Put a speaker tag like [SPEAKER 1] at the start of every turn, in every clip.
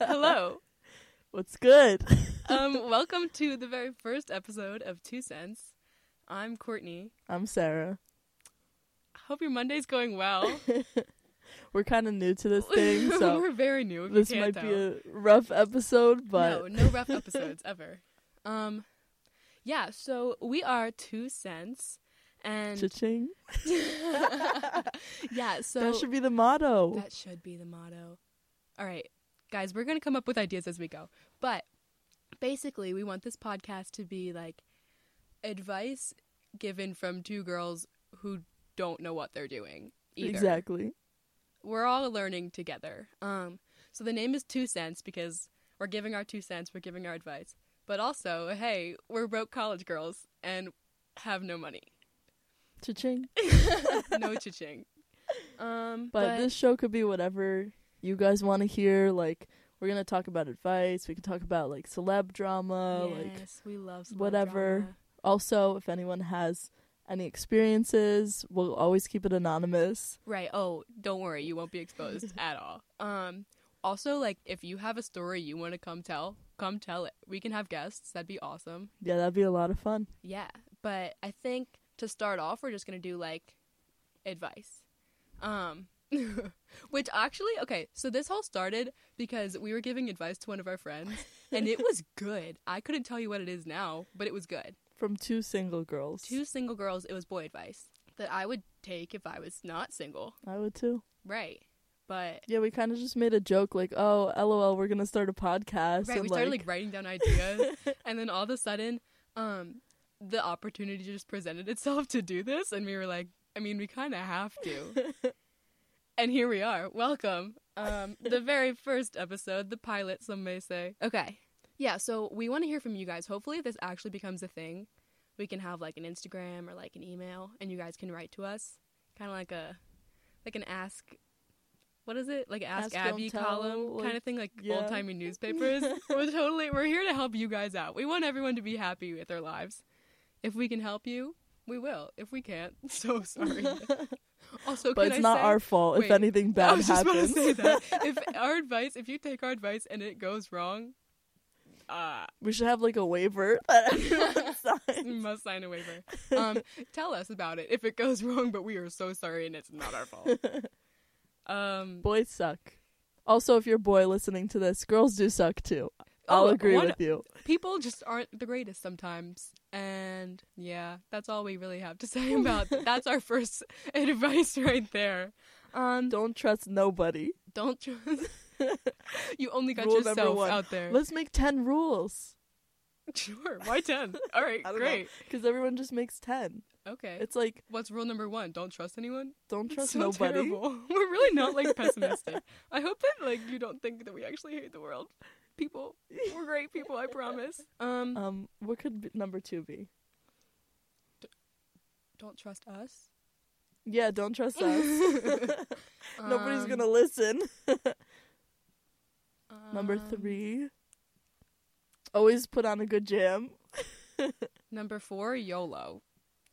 [SPEAKER 1] Hello.
[SPEAKER 2] What's good?
[SPEAKER 1] Um, welcome to the very first episode of Two Cents. I'm Courtney.
[SPEAKER 2] I'm Sarah.
[SPEAKER 1] Hope your Monday's going well.
[SPEAKER 2] We're kind of new to this thing, so
[SPEAKER 1] We're very new. If
[SPEAKER 2] this
[SPEAKER 1] you
[SPEAKER 2] might
[SPEAKER 1] can't
[SPEAKER 2] be
[SPEAKER 1] tell.
[SPEAKER 2] a rough episode, but
[SPEAKER 1] no, no rough episodes ever. Um, yeah. So we are Two Cents, and
[SPEAKER 2] cha-ching.
[SPEAKER 1] yeah. So
[SPEAKER 2] that should be the motto.
[SPEAKER 1] That should be the motto. All right, guys, we're going to come up with ideas as we go. But basically, we want this podcast to be like advice given from two girls who don't know what they're doing either.
[SPEAKER 2] Exactly.
[SPEAKER 1] We're all learning together. Um, so the name is Two Cents because we're giving our two cents, we're giving our advice. But also, hey, we're broke college girls and have no money.
[SPEAKER 2] Cha-ching.
[SPEAKER 1] No cha-ching. Um,
[SPEAKER 2] But, this show could be whatever you guys want to hear. Like, we're going to talk about advice. We can talk about, like, celeb drama. Like,
[SPEAKER 1] yes, we love small
[SPEAKER 2] whatever.
[SPEAKER 1] drama.
[SPEAKER 2] also, if anyone has any experiences, we'll always keep it anonymous.
[SPEAKER 1] Right. Oh, don't worry, you won't be exposed at all. Um also like if you have a story you want to come tell, come tell it. We can have guests. That'd be awesome.
[SPEAKER 2] Yeah, that'd be a lot of fun.
[SPEAKER 1] Yeah. But I think to start off we're just going to do like advice. Um which actually okay, so this whole started because we were giving advice to one of our friends and it was good. I couldn't tell you what it is now, but it was good.
[SPEAKER 2] From two single girls.
[SPEAKER 1] Two single girls, it was boy advice that I would take if I was not single.
[SPEAKER 2] I would too.
[SPEAKER 1] Right. But
[SPEAKER 2] Yeah, we kind of just made a joke like, "Oh, lol, we're gonna start a podcast."
[SPEAKER 1] Right,
[SPEAKER 2] and,
[SPEAKER 1] we started like writing down ideas, and then all of a sudden, um, the opportunity just presented itself to do this, and we were like, I mean, we kind of have to, and here we are. Welcome, um, the very first episode, the pilot, some may say. Okay, yeah. So we want to hear from you guys. Hopefully, this actually becomes a thing. We can have like an Instagram or like an email, and you guys can write to us, kind of like a, like an ask. What is it like? Ask,
[SPEAKER 2] Ask, don't
[SPEAKER 1] Abby
[SPEAKER 2] tell,
[SPEAKER 1] column
[SPEAKER 2] like-
[SPEAKER 1] kind of thing, like
[SPEAKER 2] Yeah.
[SPEAKER 1] old timey newspapers. we're totally we're here to help you guys out. We want everyone to be happy with their lives. If we can help you, we will. If we can't, so sorry. also,
[SPEAKER 2] but
[SPEAKER 1] can
[SPEAKER 2] it's
[SPEAKER 1] I
[SPEAKER 2] not
[SPEAKER 1] say-
[SPEAKER 2] our fault if
[SPEAKER 1] wait,
[SPEAKER 2] anything
[SPEAKER 1] I
[SPEAKER 2] bad
[SPEAKER 1] was just
[SPEAKER 2] happens.
[SPEAKER 1] about to say that if our advice, if you take our advice and it goes wrong, uh,
[SPEAKER 2] we should have like a waiver that everyone
[SPEAKER 1] you
[SPEAKER 2] signs.
[SPEAKER 1] must sign a waiver. Um, tell us about it if it goes wrong, but we are so sorry and it's not our fault. Um,
[SPEAKER 2] Boys suck. Also, if you're a boy listening to this, girls do suck too. I'll
[SPEAKER 1] oh,
[SPEAKER 2] agree
[SPEAKER 1] one-
[SPEAKER 2] with you.
[SPEAKER 1] people just aren't the greatest sometimes. And yeah, that's all we really have to say about that's our first advice right there. Um
[SPEAKER 2] Don't trust nobody.
[SPEAKER 1] don't trust You only got
[SPEAKER 2] Rule number
[SPEAKER 1] yourself
[SPEAKER 2] one.
[SPEAKER 1] out there.
[SPEAKER 2] Let's make ten rules
[SPEAKER 1] sure. Why 10? All right,
[SPEAKER 2] I don't know.
[SPEAKER 1] great.
[SPEAKER 2] because everyone just makes ten.
[SPEAKER 1] Okay.
[SPEAKER 2] It's like
[SPEAKER 1] What's rule number 1? Don't trust anyone.
[SPEAKER 2] don't trust
[SPEAKER 1] so
[SPEAKER 2] nobody.
[SPEAKER 1] terrible. We're really not like pessimistic. I hope that like you don't think that we actually hate the world. People, we're great people, I promise. Um
[SPEAKER 2] Um, what could be, number two be?
[SPEAKER 1] don't trust us.
[SPEAKER 2] Yeah, don't trust us. Nobody's
[SPEAKER 1] Um,
[SPEAKER 2] gonna listen. Number
[SPEAKER 1] um,
[SPEAKER 2] three, always put on a good jam.
[SPEAKER 1] Number four, YOLO.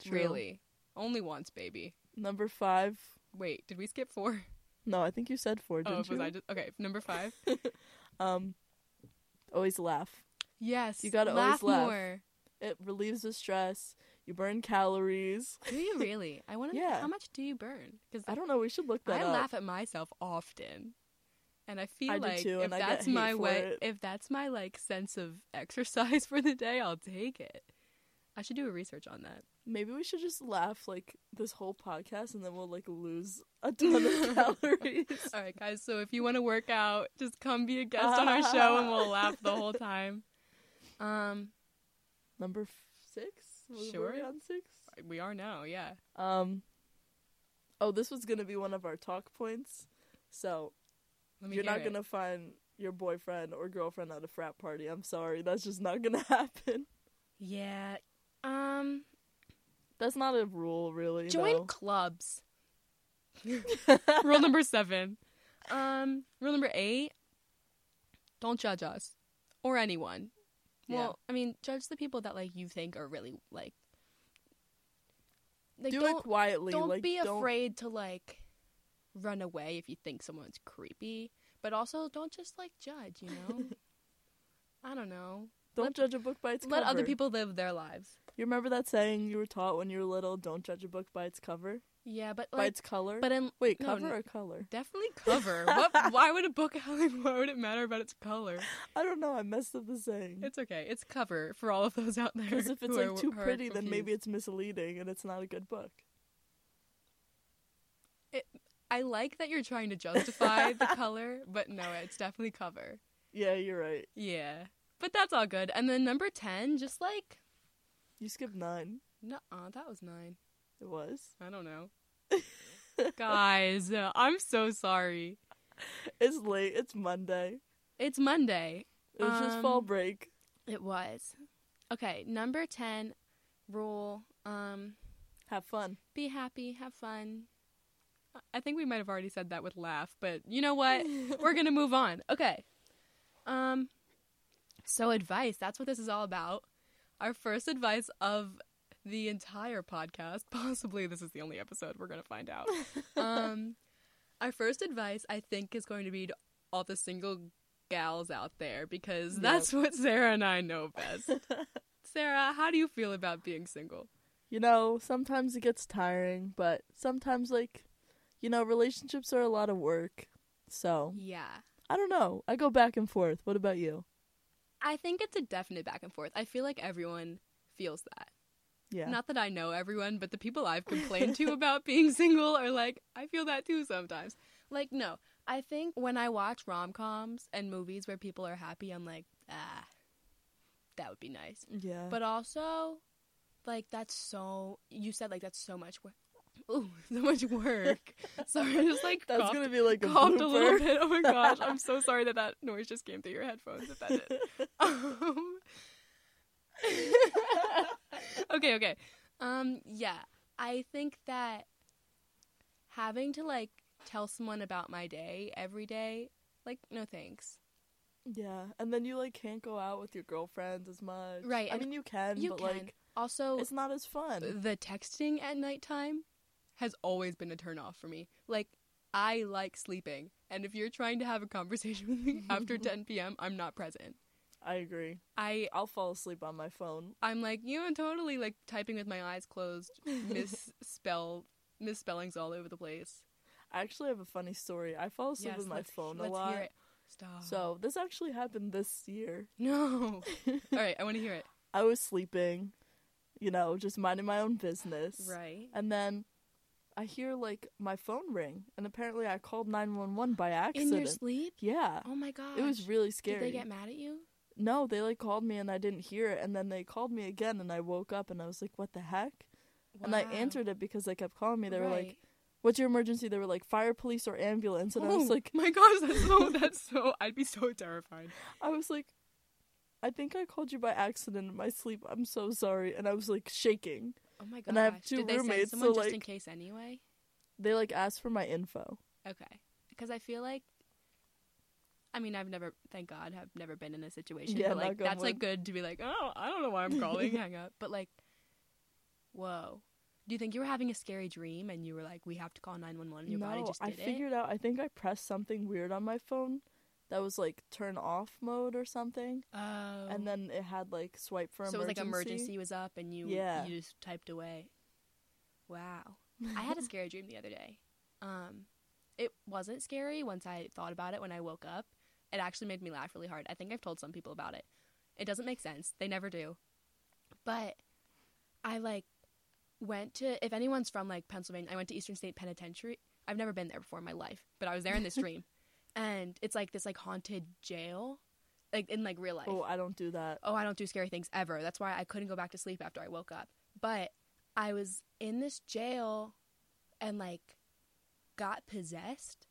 [SPEAKER 2] True.
[SPEAKER 1] Really. Only once, baby.
[SPEAKER 2] Number five,
[SPEAKER 1] Wait, did we skip four?
[SPEAKER 2] no, I think you said four,
[SPEAKER 1] Oh,
[SPEAKER 2] didn't
[SPEAKER 1] was
[SPEAKER 2] you?
[SPEAKER 1] I just okay? Number five.
[SPEAKER 2] um, always laugh.
[SPEAKER 1] yes,
[SPEAKER 2] You gotta always laugh.
[SPEAKER 1] more.
[SPEAKER 2] It relieves the stress. You burn calories.
[SPEAKER 1] Do you really? I want to. know
[SPEAKER 2] Yeah.
[SPEAKER 1] How much do you burn? Because
[SPEAKER 2] I don't know. We should look that
[SPEAKER 1] I
[SPEAKER 2] up.
[SPEAKER 1] laugh at myself often, and I feel
[SPEAKER 2] uh, I do
[SPEAKER 1] like
[SPEAKER 2] too,
[SPEAKER 1] if
[SPEAKER 2] and I get
[SPEAKER 1] that's
[SPEAKER 2] hate
[SPEAKER 1] my
[SPEAKER 2] for
[SPEAKER 1] way,
[SPEAKER 2] it.
[SPEAKER 1] if that's my like sense of exercise for the day, I'll take it. I should do a research on that.
[SPEAKER 2] Maybe we should just laugh like this whole podcast, and then we'll like lose a ton of calories.
[SPEAKER 1] All right, guys. So if you want to work out, just come be a guest on our show, and we'll laugh the whole time. Um,
[SPEAKER 2] Number f- six. Was- Were we
[SPEAKER 1] Sure.
[SPEAKER 2] on six?
[SPEAKER 1] we are now. Yeah.
[SPEAKER 2] Um. Oh, this was gonna be one of our talk points. So
[SPEAKER 1] Let me
[SPEAKER 2] You're
[SPEAKER 1] hear
[SPEAKER 2] not
[SPEAKER 1] it.
[SPEAKER 2] gonna find your boyfriend or girlfriend at a frat party. I'm sorry, that's just not gonna happen.
[SPEAKER 1] Yeah. Um
[SPEAKER 2] That's not a rule, really.
[SPEAKER 1] join
[SPEAKER 2] no.
[SPEAKER 1] clubs. rule number 7. Um rule number 8. Don't judge us or anyone.
[SPEAKER 2] Yeah.
[SPEAKER 1] Well, I mean, judge the people that like you think are really like like
[SPEAKER 2] do
[SPEAKER 1] don't
[SPEAKER 2] it quietly.
[SPEAKER 1] don't
[SPEAKER 2] like,
[SPEAKER 1] be
[SPEAKER 2] don't-
[SPEAKER 1] afraid to like run away if you think someone's creepy, but also don't just like judge, you know? I don't know.
[SPEAKER 2] Don't
[SPEAKER 1] Let-
[SPEAKER 2] judge a book by its
[SPEAKER 1] Let
[SPEAKER 2] cover.
[SPEAKER 1] other people live their lives.
[SPEAKER 2] You remember that saying you were taught when you were little? Don't judge a book by its cover,
[SPEAKER 1] Yeah, but
[SPEAKER 2] by
[SPEAKER 1] like
[SPEAKER 2] its color.
[SPEAKER 1] but in
[SPEAKER 2] Wait,
[SPEAKER 1] no,
[SPEAKER 2] cover
[SPEAKER 1] n-
[SPEAKER 2] or color?
[SPEAKER 1] definitely cover. what why would a book why would it matter about its color?
[SPEAKER 2] I don't know. I messed up the saying.
[SPEAKER 1] It's okay. It's cover for all of those out there.
[SPEAKER 2] Because if it's
[SPEAKER 1] who are-
[SPEAKER 2] like too
[SPEAKER 1] who are
[SPEAKER 2] pretty, then maybe
[SPEAKER 1] confused.
[SPEAKER 2] it's misleading and it's not a good book.
[SPEAKER 1] I like that you're trying to justify the color, but no, it's definitely cover.
[SPEAKER 2] Yeah, you're right.
[SPEAKER 1] Yeah. But that's all good. And then number 10, just like,
[SPEAKER 2] You skipped nine.
[SPEAKER 1] no, that was nine.
[SPEAKER 2] It was.
[SPEAKER 1] I don't know. Guys, uh, I'm so sorry.
[SPEAKER 2] It's late. It's Monday.
[SPEAKER 1] It's Monday.
[SPEAKER 2] It was just fall
[SPEAKER 1] Um,
[SPEAKER 2] break.
[SPEAKER 1] It was. Okay, number 10 rule um
[SPEAKER 2] Have fun.
[SPEAKER 1] be happy, have fun. I- I think we might have already said that with laugh, but you know what? We're going to move on. Okay. Um so advice, that's what this is all about. Our first advice of the entire podcast. Possibly this is the only episode we're going to find out. um, our first advice, I think, is going to be to all the single gals out there because
[SPEAKER 2] Yep.
[SPEAKER 1] that's what Sarah and I know best. Sarah, how do you feel about being single?
[SPEAKER 2] you know, sometimes it gets tiring, but sometimes, like, you know, relationships are a lot of work. So,
[SPEAKER 1] Yeah.
[SPEAKER 2] I don't know. I go back and forth. What about you?
[SPEAKER 1] I think it's a definite back and forth. I feel like everyone feels that.
[SPEAKER 2] Yeah.
[SPEAKER 1] Not that I know everyone, but the people I've complained to about being single are like, I feel that too sometimes. Like, no. I think when I watch rom coms and movies where people are happy, I'm like, ah, that would be nice.
[SPEAKER 2] yeah.
[SPEAKER 1] but also like that's so you said like that's so much work ooh so much work sorry i just like
[SPEAKER 2] That's
[SPEAKER 1] coughed,
[SPEAKER 2] gonna be like a
[SPEAKER 1] coughed a little
[SPEAKER 2] blooper.
[SPEAKER 1] bit oh my gosh i'm so sorry that that noise just came through your headphones if that did um, okay okay um yeah i think that having to like tell someone about my day every day like no thanks
[SPEAKER 2] yeah. And then you like can't go out with your girlfriends as much.
[SPEAKER 1] Right,
[SPEAKER 2] I
[SPEAKER 1] and
[SPEAKER 2] mean, you can,
[SPEAKER 1] you
[SPEAKER 2] but
[SPEAKER 1] can Uh,
[SPEAKER 2] like,
[SPEAKER 1] also
[SPEAKER 2] it's not as fun.
[SPEAKER 1] the texting at nighttime has always been a turnoff for me. Like, I like sleeping, and if you're trying to have a conversation with me after 10 p.m., I'm not present.
[SPEAKER 2] I agree.
[SPEAKER 1] I
[SPEAKER 2] I'll fall asleep on my phone.
[SPEAKER 1] I'm like you know totally like typing with my eyes closed, misspell misspellings all over the place.
[SPEAKER 2] I actually have a funny story. I fall asleep
[SPEAKER 1] Yes,
[SPEAKER 2] with my
[SPEAKER 1] let's-
[SPEAKER 2] phone a
[SPEAKER 1] let's
[SPEAKER 2] lot.
[SPEAKER 1] Hear it. Oh. Stop.
[SPEAKER 2] So this actually happened this year.
[SPEAKER 1] no. all right, I want to hear it.
[SPEAKER 2] I was sleeping, you know, just minding my own business.
[SPEAKER 1] Right.
[SPEAKER 2] And then I hear like my phone ring, and apparently I called nine one one by
[SPEAKER 1] In
[SPEAKER 2] accident.
[SPEAKER 1] your sleep?
[SPEAKER 2] yeah,
[SPEAKER 1] Oh my god.
[SPEAKER 2] it was really scary.
[SPEAKER 1] Did they get mad at you?
[SPEAKER 2] no, they like called me and I didn't hear it, and then they called me again, and I woke up and I was like, "What the heck?" And I
[SPEAKER 1] Wow.
[SPEAKER 2] answered it because they kept calling me. They were like,
[SPEAKER 1] Right.
[SPEAKER 2] "What's your emergency?" They were like, "Fire, police, or ambulance," and I was
[SPEAKER 1] Oh
[SPEAKER 2] like,
[SPEAKER 1] my gosh, that's so that's so I'd be so terrified.
[SPEAKER 2] I was like, I think I called you by accident in my sleep. I'm so sorry. And I was like shaking.
[SPEAKER 1] Oh my gosh.
[SPEAKER 2] And I have two
[SPEAKER 1] Did they
[SPEAKER 2] roommates, so,
[SPEAKER 1] send someone just in
[SPEAKER 2] like-
[SPEAKER 1] case anyway?
[SPEAKER 2] They like asked for my info.
[SPEAKER 1] Okay. Because I feel like, I mean, I've never, thank God, have never been in a situation.
[SPEAKER 2] Yeah,
[SPEAKER 1] but like,
[SPEAKER 2] knock on
[SPEAKER 1] that's like
[SPEAKER 2] wood.
[SPEAKER 1] good to be like, oh, I don't know why I'm calling, hang up. But like, whoa. Do you think you were having a scary dream and you were like, we have to call 911 and your body
[SPEAKER 2] no,
[SPEAKER 1] just
[SPEAKER 2] I
[SPEAKER 1] did it?
[SPEAKER 2] figured out. I think I pressed something weird on my phone that was like turn off mode or something.
[SPEAKER 1] Oh.
[SPEAKER 2] And then it had like swipe for
[SPEAKER 1] so
[SPEAKER 2] emergency.
[SPEAKER 1] it was like emergency was up and you,
[SPEAKER 2] Yeah.
[SPEAKER 1] you just typed away. Wow. I had a scary dream the other day. Um, it wasn't scary once I thought about it when I woke up. It actually made me laugh really hard. I think I've told some people about it. It doesn't make sense. They never do. But I like went to if anyone's from like Pennsylvania, I went to Eastern State Penitentiary. I've never been there before in my life, but I was there in this dream. And it's like this like haunted jail. Like in like real life
[SPEAKER 2] Oh, I don't do that.
[SPEAKER 1] oh, I don't do scary things ever. That's why I couldn't go back to sleep after I woke up. But I was in this jail and like got possessed.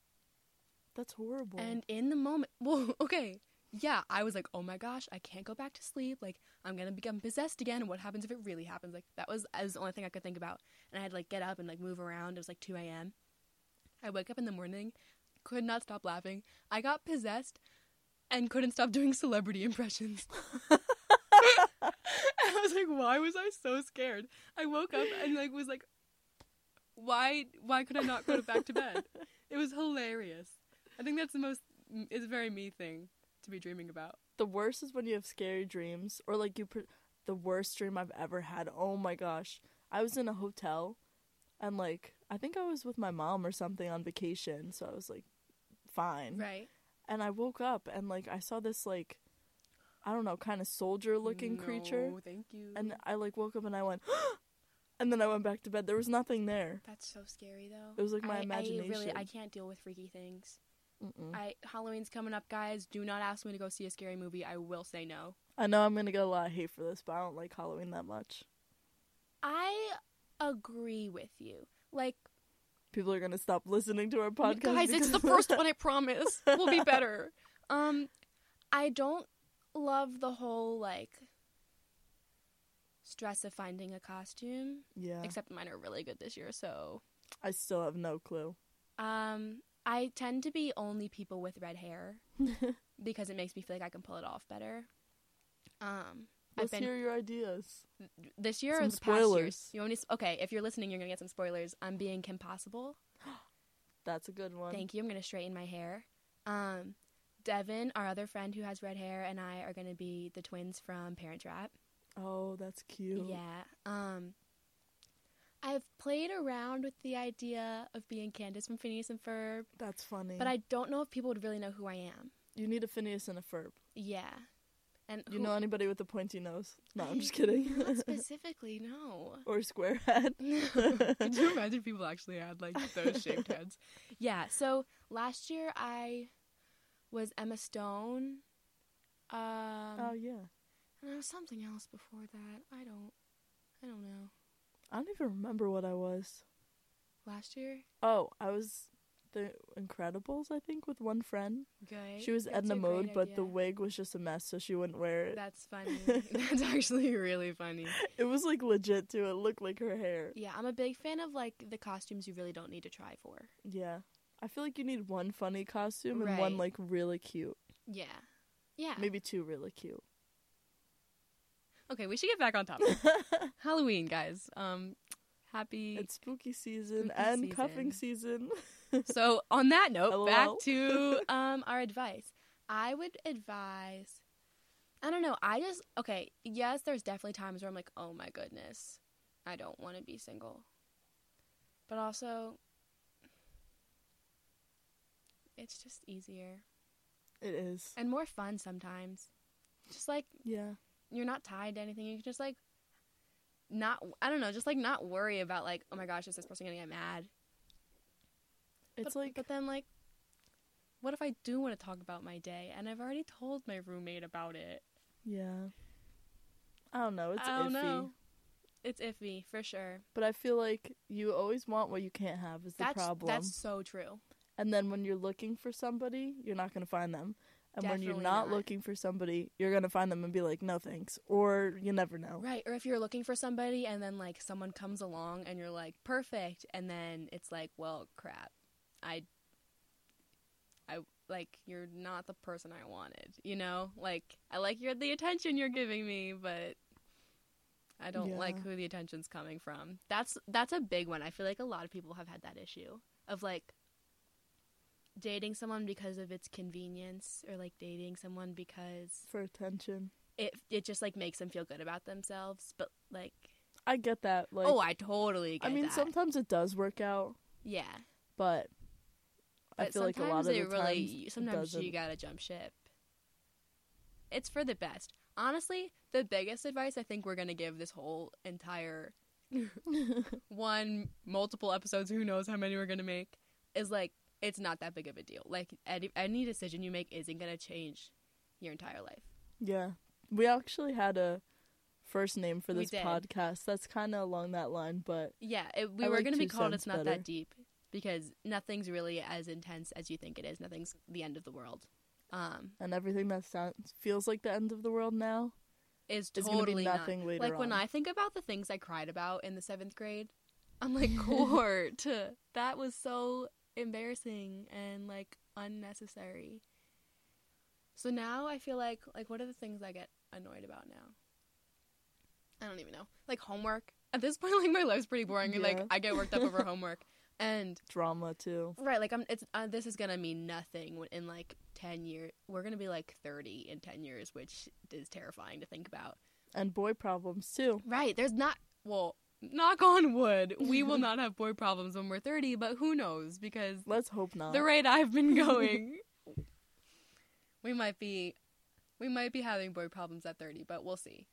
[SPEAKER 2] That's horrible.
[SPEAKER 1] And in the moment, well, okay. Yeah, I was like, oh my gosh, I can't go back to sleep. Like, I'm gonna become possessed again. And what happens if it really happens? Like, that was, that was the only thing I could think about. And I had to, like get up and like move around. It was like 2 a.m. I wake up in the morning, could not stop laughing. I got possessed and couldn't stop doing celebrity impressions. I was like, why was I so scared? I woke up and like was like, why, why could I not go back to bed?
[SPEAKER 3] It was hilarious. I think that's the most. It's a very me thing to be dreaming about.
[SPEAKER 2] The worst is when you have scary dreams or like you. Pre- the worst dream I've ever had. Oh my gosh. I was in a hotel and like I think I was with my mom or something on vacation, so I was like fine.
[SPEAKER 3] Right.
[SPEAKER 2] And I woke up and like I saw this like I don't know, kind of soldier looking creature.
[SPEAKER 3] No, Thank you.
[SPEAKER 2] And I like woke up and I went and then I went back to bed. There was nothing there.
[SPEAKER 3] that's so scary
[SPEAKER 2] It
[SPEAKER 3] though.
[SPEAKER 2] was like my
[SPEAKER 1] I,
[SPEAKER 2] imagination. Mm.
[SPEAKER 1] I really I can't deal with freaky things.
[SPEAKER 2] Mm-mm.
[SPEAKER 3] I Halloween's coming up, guys. Do not ask me to go see a scary movie. I will say no.
[SPEAKER 2] I know I'm gonna get a lot of hate for this, but I don't like Halloween that much.
[SPEAKER 1] I agree with you. Like
[SPEAKER 2] People are gonna stop listening to our podcast.
[SPEAKER 3] guys, it's the
[SPEAKER 2] because-
[SPEAKER 3] first one. I promise. We'll be better.
[SPEAKER 1] um I don't love the whole like stress of finding a costume.
[SPEAKER 2] yeah,
[SPEAKER 1] Except mine are really good this year, so
[SPEAKER 2] I still have no clue.
[SPEAKER 1] um I tend to be only people with red hair because it makes me feel like I can pull it off better. Um
[SPEAKER 2] Let's
[SPEAKER 1] been-
[SPEAKER 2] hear your ideas.
[SPEAKER 1] this year
[SPEAKER 2] Some
[SPEAKER 1] or the past years?
[SPEAKER 2] spoilers.
[SPEAKER 1] You want me to, okay, if you're listening, you're gonna get some spoilers. I'm being Kim Possible.
[SPEAKER 2] That's a good one.
[SPEAKER 1] Thank you. I'm gonna straighten my hair. Um, Devin, our other friend who has red hair, and I are gonna be the twins from Parent Trap.
[SPEAKER 2] Oh, that's cute.
[SPEAKER 1] Yeah. Um, I've played around with the idea of being Candace from Phineas and Ferb,
[SPEAKER 2] That's funny.
[SPEAKER 1] but I don't know if people would really know who I am.
[SPEAKER 2] you need a Phineas and a Ferb.
[SPEAKER 1] Yeah. And
[SPEAKER 2] You
[SPEAKER 1] who-
[SPEAKER 2] know anybody with a pointy nose? No,
[SPEAKER 1] I-
[SPEAKER 2] I'm just kidding.
[SPEAKER 1] Not specifically, no.
[SPEAKER 2] or a square head.
[SPEAKER 3] Could you imagine people actually had like those shaped heads?
[SPEAKER 1] Yeah, so last year I was Emma Stone. Um,
[SPEAKER 2] oh yeah.
[SPEAKER 1] and I was something else before that. I don't I don't know.
[SPEAKER 2] I don't even remember what I was.
[SPEAKER 1] Last year?
[SPEAKER 2] Oh, I was the Incredibles, I think, with one friend.
[SPEAKER 1] Good.
[SPEAKER 2] She was
[SPEAKER 1] That's
[SPEAKER 2] Edna
[SPEAKER 1] a
[SPEAKER 2] Mode,
[SPEAKER 1] great
[SPEAKER 2] but the
[SPEAKER 1] idea.
[SPEAKER 2] wig was just a mess, so she wouldn't wear it.
[SPEAKER 1] That's funny.
[SPEAKER 3] That's actually really funny.
[SPEAKER 2] It was like legit too. It looked like her hair.
[SPEAKER 1] yeah, I'm a big fan of like the costumes you really don't need to try for.
[SPEAKER 2] Yeah. I feel like you need one funny costume and one
[SPEAKER 1] Right.
[SPEAKER 2] like really cute.
[SPEAKER 1] Yeah. Yeah.
[SPEAKER 2] Maybe two really cute.
[SPEAKER 3] Okay, we should get back on topic. Halloween, guys. Um, happy.
[SPEAKER 2] It's spooky season
[SPEAKER 3] Spooky
[SPEAKER 2] and cuffing season.
[SPEAKER 3] so on that note, back
[SPEAKER 2] LOL.
[SPEAKER 3] to
[SPEAKER 1] um our advice. I would advise I don't know. I just okay, yes, there's definitely times where I'm like, "Oh my goodness. I don't want to be single." But also it's just easier
[SPEAKER 2] It is.
[SPEAKER 1] and more fun sometimes. Just like
[SPEAKER 2] Yeah.
[SPEAKER 1] you're not tied to anything. You can just like not I don't know, just like not worry about like, "Oh my gosh, is this person going to get mad?"
[SPEAKER 2] It's
[SPEAKER 1] but,
[SPEAKER 2] like
[SPEAKER 1] but then like what if I do want to talk about my day and I've already told my roommate about it?
[SPEAKER 2] yeah. I don't know. It's
[SPEAKER 1] I don't
[SPEAKER 2] iffy.
[SPEAKER 1] know. It's iffy for sure.
[SPEAKER 2] But I feel like you always want what you can't have is the
[SPEAKER 1] that's
[SPEAKER 2] problem.
[SPEAKER 1] that's so true.
[SPEAKER 2] And then when you're looking for somebody, you're not gonna find them. And when
[SPEAKER 1] Definitely
[SPEAKER 2] you're not,
[SPEAKER 1] not.
[SPEAKER 2] looking for somebody, you're gonna find them and be like, no thanks. Or you never know.
[SPEAKER 1] Right. Or if you're looking for somebody and then like someone comes along and you're like perfect and then it's like, well, crap. I I like you're not the person I wanted, you know? Like I like your the attention you're giving me, but I don't like
[SPEAKER 2] Yeah.
[SPEAKER 1] who the attention's coming from. That's that's a big one. I feel like a lot of people have had that issue of like dating someone because of its convenience or like dating someone because
[SPEAKER 2] For attention.
[SPEAKER 1] it it just like makes them feel good about themselves. But like,
[SPEAKER 2] I get that. Like
[SPEAKER 1] oh, I totally get
[SPEAKER 2] I mean
[SPEAKER 1] that.
[SPEAKER 2] sometimes it does work out,
[SPEAKER 1] yeah,
[SPEAKER 2] but, I
[SPEAKER 1] but
[SPEAKER 2] feel like
[SPEAKER 1] sometimes
[SPEAKER 2] a lot of
[SPEAKER 1] they
[SPEAKER 2] the
[SPEAKER 1] really
[SPEAKER 2] times it
[SPEAKER 1] sometimes
[SPEAKER 2] doesn't.
[SPEAKER 1] you gotta jump ship. It's for the best, honestly. The biggest advice I think we're gonna give this whole entire one multiple episodes, who knows how many we're gonna make, is like it's not that big of a deal. Like any any decision you make isn't gonna change your entire life.
[SPEAKER 2] Yeah. We actually had a first name for
[SPEAKER 1] We
[SPEAKER 2] this
[SPEAKER 1] did.
[SPEAKER 2] podcast that's kind of along that line, but
[SPEAKER 1] Yeah, it, we
[SPEAKER 2] I
[SPEAKER 1] were
[SPEAKER 2] like
[SPEAKER 1] going to be
[SPEAKER 2] two
[SPEAKER 1] called
[SPEAKER 2] cents
[SPEAKER 1] It's Not
[SPEAKER 2] better.
[SPEAKER 1] That Deep because nothing's really as intense as you think it is. Nothing's the end of the world. Um,
[SPEAKER 2] and everything that sounds feels like the end of the world now
[SPEAKER 1] is
[SPEAKER 2] is
[SPEAKER 1] totally
[SPEAKER 2] gonna be
[SPEAKER 1] not-
[SPEAKER 2] nothing later
[SPEAKER 1] Like when
[SPEAKER 2] on.
[SPEAKER 1] I think about the things I cried about in the seventh grade, I'm like, Court, that was so embarrassing and like unnecessary. So now I feel like, like, what are the things I get annoyed about now? I don't even know. Like homework. At this point, like my life's pretty boring. and Like
[SPEAKER 2] Yeah.
[SPEAKER 1] I get worked up over homework. And
[SPEAKER 2] Drama too.
[SPEAKER 1] right, like I'm. It's uh, this is gonna mean nothing w- in like ten years. We're gonna be like thirty in ten years, which is terrifying to think about.
[SPEAKER 2] And boy problems too.
[SPEAKER 1] Right. There's not, well, knock on wood, we will not have boy problems when we're 30, but who knows? Because
[SPEAKER 2] Let's hope not.
[SPEAKER 1] the rate I've been going, we might be. We might be having boy problems at 30, but we'll see.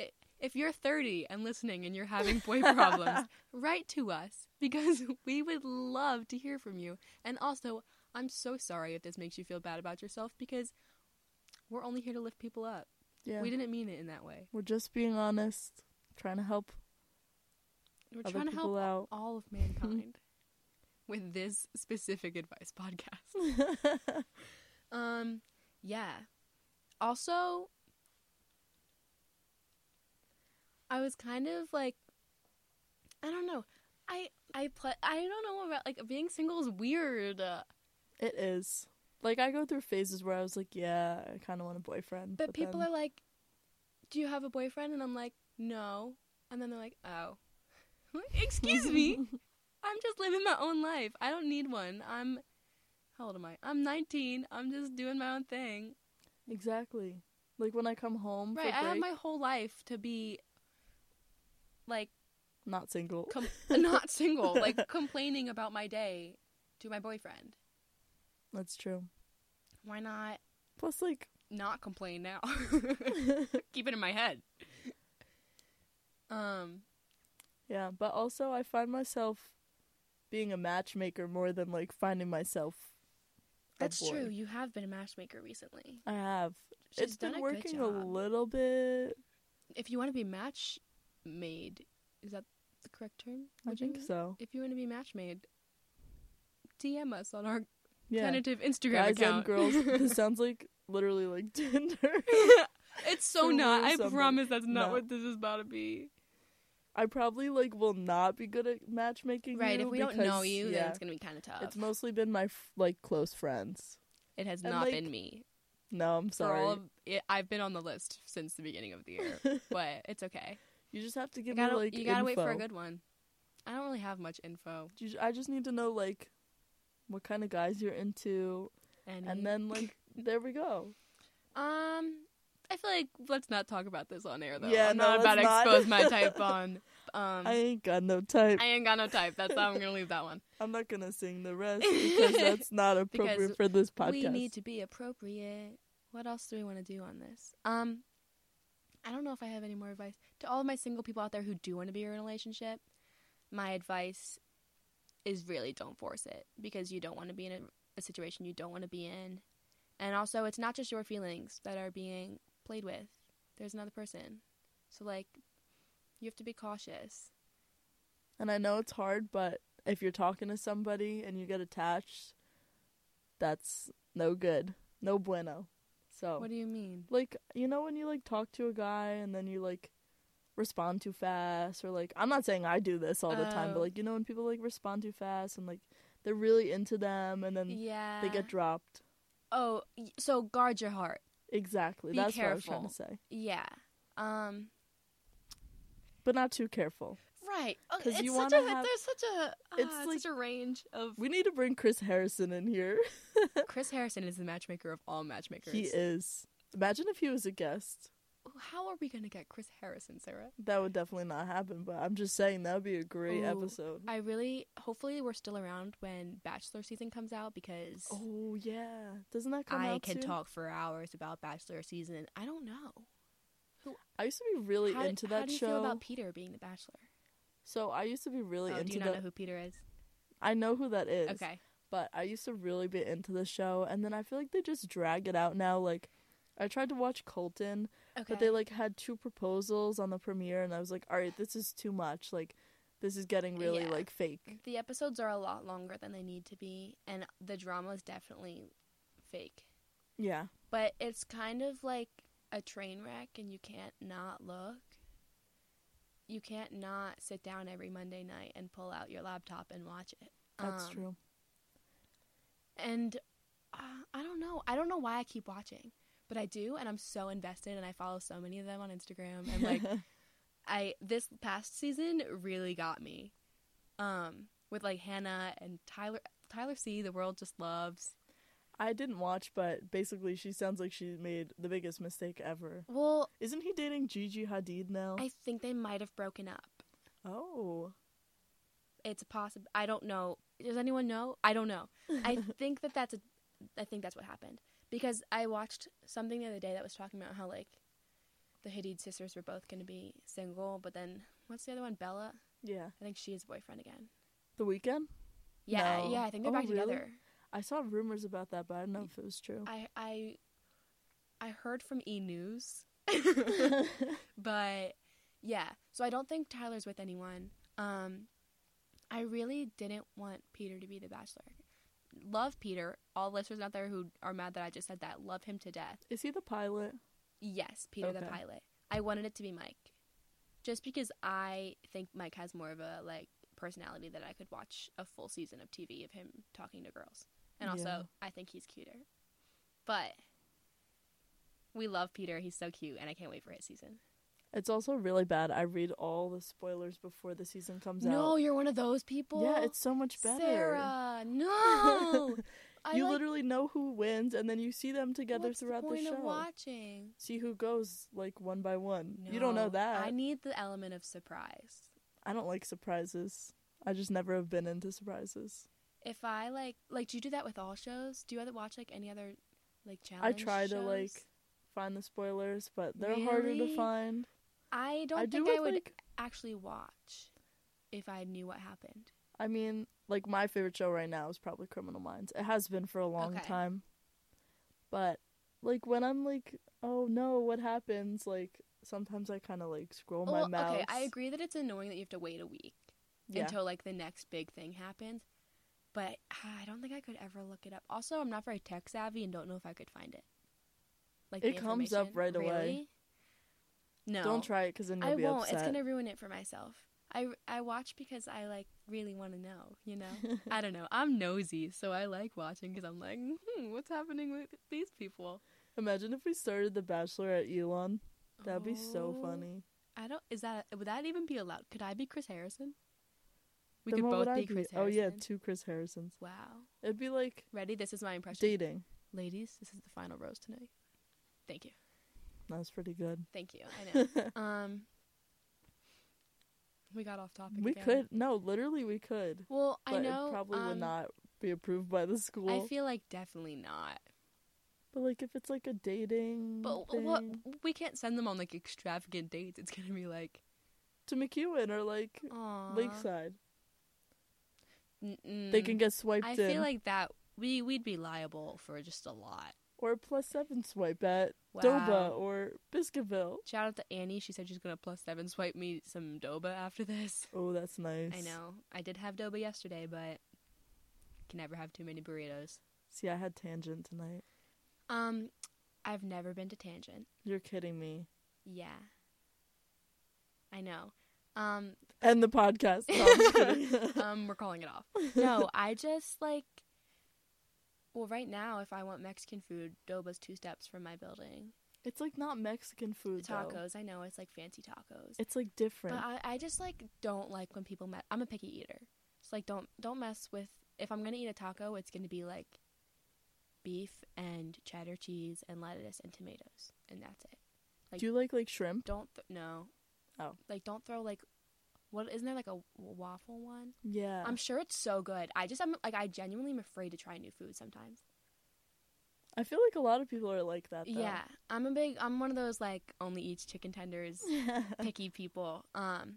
[SPEAKER 1] I- If you're 30 and listening and you're having boy problems, write to us because we would love to hear from you. And also, I'm so sorry if this makes you feel bad about yourself because we're only here to lift people up.
[SPEAKER 2] yeah.
[SPEAKER 1] We didn't mean it in that way.
[SPEAKER 2] We're just being honest, trying to help
[SPEAKER 1] We're
[SPEAKER 2] other
[SPEAKER 1] trying to help
[SPEAKER 2] people out.
[SPEAKER 1] all of mankind with this specific advice podcast. Um, yeah. Also, I was kind of like, I don't know. I I play. I don't know about like being single is weird, uh,
[SPEAKER 2] it is. Like I go through phases where I was like, yeah, I kind of want a boyfriend.
[SPEAKER 1] but, people are like, "Do you have a boyfriend?" And I'm like, "No." And then they're like, "Oh, excuse me." I'm just living my own life. I don't need one. I'm how old am I? I'm 19. I'm just doing my own thing.
[SPEAKER 2] exactly. Like when I come home,
[SPEAKER 1] Right.
[SPEAKER 2] For
[SPEAKER 1] I have
[SPEAKER 2] break,
[SPEAKER 1] my whole life to be like
[SPEAKER 2] not single.
[SPEAKER 1] com- not single, like complaining about my day to my boyfriend.
[SPEAKER 2] That's true.
[SPEAKER 1] Why not
[SPEAKER 2] Plus, like,
[SPEAKER 1] not complain now? Keep it in my head. Um
[SPEAKER 2] yeah. But also, I find myself being a matchmaker more than like finding myself. a
[SPEAKER 1] that's
[SPEAKER 2] Oh, boy.
[SPEAKER 1] true. You have been a matchmaker recently.
[SPEAKER 2] I have.
[SPEAKER 1] She's
[SPEAKER 2] it's
[SPEAKER 1] done
[SPEAKER 2] been
[SPEAKER 1] a good
[SPEAKER 2] working a
[SPEAKER 1] job.
[SPEAKER 2] little bit.
[SPEAKER 1] If you want to be match made, is that the correct term?
[SPEAKER 2] I
[SPEAKER 1] Would you-
[SPEAKER 2] think so.
[SPEAKER 1] if you want to be match made, DM us on our
[SPEAKER 2] Yeah.
[SPEAKER 1] tentative Instagram
[SPEAKER 2] Guys and
[SPEAKER 1] account.
[SPEAKER 2] girls. this sounds like literally like Tinder.
[SPEAKER 1] it's so
[SPEAKER 2] For
[SPEAKER 1] not. I
[SPEAKER 2] somebody.
[SPEAKER 1] promise that's not
[SPEAKER 2] No.
[SPEAKER 1] what this is about to be.
[SPEAKER 2] I probably like will not be good at matchmaking.
[SPEAKER 1] Right.
[SPEAKER 2] you
[SPEAKER 1] If we don't
[SPEAKER 2] because,
[SPEAKER 1] know you,
[SPEAKER 2] yeah,
[SPEAKER 1] then it's gonna be kind of tough.
[SPEAKER 2] it's mostly been my f- like close friends.
[SPEAKER 1] it has
[SPEAKER 2] and,
[SPEAKER 1] not
[SPEAKER 2] like,
[SPEAKER 1] been me.
[SPEAKER 2] No, I'm
[SPEAKER 1] For
[SPEAKER 2] sorry.
[SPEAKER 1] all of, it, I've been on the list since the beginning of the year, but it's okay.
[SPEAKER 2] you just have to
[SPEAKER 1] You
[SPEAKER 2] give
[SPEAKER 1] gotta,
[SPEAKER 2] me like
[SPEAKER 1] you gotta wait for a
[SPEAKER 2] info.
[SPEAKER 1] good one. I don't really have much info.
[SPEAKER 2] You ju- I just need to know like what kind of guys you're into,
[SPEAKER 1] Any-
[SPEAKER 2] and then like there we go.
[SPEAKER 1] um, I feel like let's not talk about this on air though.
[SPEAKER 2] Yeah,
[SPEAKER 1] I'm
[SPEAKER 2] no,
[SPEAKER 1] not about to
[SPEAKER 2] let's not.
[SPEAKER 1] expose my type on. Um,
[SPEAKER 2] I ain't got no type.
[SPEAKER 1] I ain't got no type. That's how I'm gonna leave that one.
[SPEAKER 2] I'm not gonna sing the rest because that's not appropriate
[SPEAKER 1] Because
[SPEAKER 2] for this podcast.
[SPEAKER 1] We need to be appropriate. What else do we want to do on this? Um, I don't know if I have any more advice to all of my single people out there who do want to be in a relationship. My advice is really don't force it because you don't want to be in a, a situation you don't want to be in, and also it's not just your feelings that are being played with. There's another person, so like you have to be cautious.
[SPEAKER 2] and I know it's hard, but if you're talking to somebody and you get attached, that's no good, no bueno. So
[SPEAKER 1] What do you mean?
[SPEAKER 2] like you know when you like talk to a guy and then you like respond too fast or like I'm not saying I do this all the time, but
[SPEAKER 1] Oh.
[SPEAKER 2] like you know when people like respond too fast and like they're really into them and then
[SPEAKER 1] Yeah.
[SPEAKER 2] they get dropped.
[SPEAKER 1] oh, y- so guard your heart.
[SPEAKER 2] Exactly.
[SPEAKER 1] Be
[SPEAKER 2] That's what I was
[SPEAKER 1] careful.
[SPEAKER 2] trying to say.
[SPEAKER 1] Yeah. Um.
[SPEAKER 2] But not too careful.
[SPEAKER 1] Right. Oh,
[SPEAKER 2] 'Cause
[SPEAKER 1] it's
[SPEAKER 2] you
[SPEAKER 1] such
[SPEAKER 2] wanna
[SPEAKER 1] a
[SPEAKER 2] have-
[SPEAKER 1] there's such a ah,
[SPEAKER 2] It's
[SPEAKER 1] it's
[SPEAKER 2] like-
[SPEAKER 1] such a range of
[SPEAKER 2] We need to bring Chris Harrison in here.
[SPEAKER 1] Chris Harrison is the matchmaker of all matchmakers.
[SPEAKER 2] uh, he is. Imagine if he was a guest.
[SPEAKER 1] How are we going to get Chris Harrison, Sarah?
[SPEAKER 2] That would definitely not happen, but I'm just saying that would be a great
[SPEAKER 1] Ooh.
[SPEAKER 2] episode.
[SPEAKER 1] I really hopefully we're still around when Bachelor season comes out because
[SPEAKER 2] Oh yeah. Doesn't that come
[SPEAKER 1] I
[SPEAKER 2] out
[SPEAKER 1] could
[SPEAKER 2] soon?
[SPEAKER 1] talk for hours about Bachelor season. I don't know.
[SPEAKER 2] I used to be really
[SPEAKER 1] how,
[SPEAKER 2] into
[SPEAKER 1] how
[SPEAKER 2] that
[SPEAKER 1] do you
[SPEAKER 2] show.
[SPEAKER 1] feel about Peter being the Bachelor?
[SPEAKER 2] so I used to be really
[SPEAKER 1] Oh, do
[SPEAKER 2] into
[SPEAKER 1] you not
[SPEAKER 2] that.
[SPEAKER 1] know who Peter is?
[SPEAKER 2] I know who that is.
[SPEAKER 1] Okay.
[SPEAKER 2] But I used to really be into the show and then I feel like they just drag it out now like I tried to watch Colton,
[SPEAKER 1] Okay.
[SPEAKER 2] but they like had two proposals on the premiere and I was like, "All right, this is too much. Like this is getting really
[SPEAKER 1] Yeah.
[SPEAKER 2] like fake."
[SPEAKER 1] the episodes are a lot longer than they need to be and the drama is definitely fake.
[SPEAKER 2] Yeah.
[SPEAKER 1] but it's kind of like a train wreck and you can't not look you can't not sit down every monday night and pull out your laptop and watch it
[SPEAKER 2] That's
[SPEAKER 1] Um,
[SPEAKER 2] true.
[SPEAKER 1] and uh, i don't know i don't know why i keep watching but i do and i'm so invested and i follow so many of them on instagram and like i this past season really got me um with like Hannah and Tyler Tyler C. The world just loves.
[SPEAKER 2] I didn't watch, but basically, she sounds like she made the biggest mistake ever.
[SPEAKER 1] Well,
[SPEAKER 2] Isn't he dating Gigi Hadid now?
[SPEAKER 1] I think they might have broken up.
[SPEAKER 2] oh,
[SPEAKER 1] It's a possible. I don't know. Does anyone know? I don't know. I think that that's a. I think that's what happened because I watched something the other day that was talking about how like the Hadid sisters were both going to be single, but then what's the other one? Bella.
[SPEAKER 2] yeah.
[SPEAKER 1] I think she is boyfriend again.
[SPEAKER 2] The weekend.
[SPEAKER 1] Yeah,
[SPEAKER 2] No.
[SPEAKER 1] yeah. I think they're
[SPEAKER 2] Oh,
[SPEAKER 1] back
[SPEAKER 2] really?
[SPEAKER 1] together.
[SPEAKER 2] I saw rumors about that, but I don't know if it was true.
[SPEAKER 1] I I I heard from E News, but yeah. So I don't think Tyler's with anyone. Um, I really didn't want Peter to be the Bachelor. Love Peter. All listeners out there who are mad that I just said that love him to death.
[SPEAKER 2] Is he the pilot?
[SPEAKER 1] Yes, Peter the
[SPEAKER 2] Okay.
[SPEAKER 1] pilot. I wanted it to be Mike, just because I think Mike has more of a like personality that I could watch a full season of TV of him talking to girls, and also
[SPEAKER 2] Yeah.
[SPEAKER 1] I think he's cuter. But we love Peter. He's so cute, and I can't wait for his season.
[SPEAKER 2] It's also really bad. I read all the spoilers before the season comes
[SPEAKER 1] No,
[SPEAKER 2] out.
[SPEAKER 1] you're one of those people.
[SPEAKER 2] Yeah, it's so much better.
[SPEAKER 1] Sarah. No, I
[SPEAKER 2] you
[SPEAKER 1] like-
[SPEAKER 2] literally know who wins, and then you see them together
[SPEAKER 1] what's
[SPEAKER 2] throughout
[SPEAKER 1] the
[SPEAKER 2] the,
[SPEAKER 1] point
[SPEAKER 2] show.
[SPEAKER 1] of watching.
[SPEAKER 2] See who goes like one by one. You don't know
[SPEAKER 1] No,
[SPEAKER 2] that.
[SPEAKER 1] I need the element of surprise.
[SPEAKER 2] I don't like surprises. I just never have been into surprises.
[SPEAKER 1] if I like like do you do that with all shows? Do you ever watch like any other like
[SPEAKER 2] I
[SPEAKER 1] challenge?
[SPEAKER 2] try to like
[SPEAKER 1] shows?
[SPEAKER 2] find the spoilers, but they're harder to
[SPEAKER 1] Really?
[SPEAKER 2] find.
[SPEAKER 1] I don't
[SPEAKER 2] I do
[SPEAKER 1] think
[SPEAKER 2] with
[SPEAKER 1] I would
[SPEAKER 2] like
[SPEAKER 1] actually watch if I knew what happened.
[SPEAKER 2] I mean, like my favorite show right now is probably Criminal Minds. It has been for a long
[SPEAKER 1] Okay.
[SPEAKER 2] time. But like when I'm like, oh no, what happens? Like sometimes I kind of like scroll Oh, my
[SPEAKER 1] well,
[SPEAKER 2] mouse.
[SPEAKER 1] okay, I agree that it's annoying that you have to wait a week
[SPEAKER 2] Yeah.
[SPEAKER 1] until like the next big thing happens. But ah, I don't think I could ever look it up. Also, I'm not very tech savvy and don't know if I could find it. Like the
[SPEAKER 2] It comes up
[SPEAKER 1] information.
[SPEAKER 2] right away.
[SPEAKER 1] Really? No.
[SPEAKER 2] Don't try it because then you'll
[SPEAKER 1] I
[SPEAKER 2] be
[SPEAKER 1] won't.
[SPEAKER 2] upset.
[SPEAKER 1] It's gonna ruin it for myself. I I watch because I like really want to know. You know. I don't know. I'm nosy, so I like watching because I'm like, hmm, what's happening with these people?
[SPEAKER 2] Imagine if we started The Bachelor at Elon. That'd be so
[SPEAKER 1] Oh,
[SPEAKER 2] funny.
[SPEAKER 1] I don't. Is that would that even be allowed? Could I be Chris Harrison? We
[SPEAKER 2] Then
[SPEAKER 1] could
[SPEAKER 2] what would
[SPEAKER 1] both
[SPEAKER 2] I
[SPEAKER 1] be Chris
[SPEAKER 2] Oh
[SPEAKER 1] Harrison.
[SPEAKER 2] yeah, two Chris Harrisons.
[SPEAKER 1] Wow.
[SPEAKER 2] It'd be like
[SPEAKER 1] Ready? This is my impression.
[SPEAKER 2] dating.
[SPEAKER 1] Ladies, this is the final rose tonight. Thank you.
[SPEAKER 2] That's pretty good.
[SPEAKER 1] Thank you. I know. um. We got off topic.
[SPEAKER 2] We
[SPEAKER 1] again.
[SPEAKER 2] could no, literally we could,
[SPEAKER 1] Well,
[SPEAKER 2] but
[SPEAKER 1] I know.
[SPEAKER 2] it probably would
[SPEAKER 1] um,
[SPEAKER 2] not be approved by the school.
[SPEAKER 1] I feel like definitely not.
[SPEAKER 2] but like if it's like a dating
[SPEAKER 1] But w-
[SPEAKER 2] thing
[SPEAKER 1] what we can't send them on like extravagant dates. It's gonna be like,
[SPEAKER 2] to McEwen or like
[SPEAKER 1] Aww.
[SPEAKER 2] Lakeside, they can get swiped
[SPEAKER 1] Mm. I
[SPEAKER 2] in
[SPEAKER 1] feel like that we we'd be liable for just a lot.
[SPEAKER 2] or a plus seven swipe at
[SPEAKER 1] Wow.
[SPEAKER 2] Doba or Biscuitville.
[SPEAKER 1] Shout out to Annie. She said she's gonna plus seven swipe me some Doba after this.
[SPEAKER 2] Oh, that's nice.
[SPEAKER 1] I know. I did have Doba yesterday, but can never have too many burritos.
[SPEAKER 2] See, I had tangent tonight.
[SPEAKER 1] Um, I've never been to Tangent.
[SPEAKER 2] You're kidding me.
[SPEAKER 1] Yeah, I know. Um,
[SPEAKER 2] End the podcast. No, I'm just kidding.
[SPEAKER 1] um, we're calling it off. No, I just like. Well, right now, if I want Mexican food, Doba's two steps from my building.
[SPEAKER 2] it's like not Mexican food though.
[SPEAKER 1] Tacos, I know it's like fancy tacos,
[SPEAKER 2] It's like
[SPEAKER 1] but
[SPEAKER 2] different.
[SPEAKER 1] I, I just like don't like when people mess. I'm a picky eater, so like don't don't mess with. If I'm gonna eat a taco, it's gonna be like beef and cheddar cheese and lettuce and tomatoes, and that's it.
[SPEAKER 2] Do you like like shrimp?
[SPEAKER 1] Don't th- no.
[SPEAKER 2] Oh.
[SPEAKER 1] like don't throw like what isn't there like a w- waffle one?
[SPEAKER 2] Yeah.
[SPEAKER 1] I'm sure it's so good. I just I'm like I genuinely am afraid to try new food sometimes.
[SPEAKER 2] I feel like a lot of people are like that. Though.
[SPEAKER 1] Yeah, I'm a big I'm one of those like only eats chicken tenders picky people. Um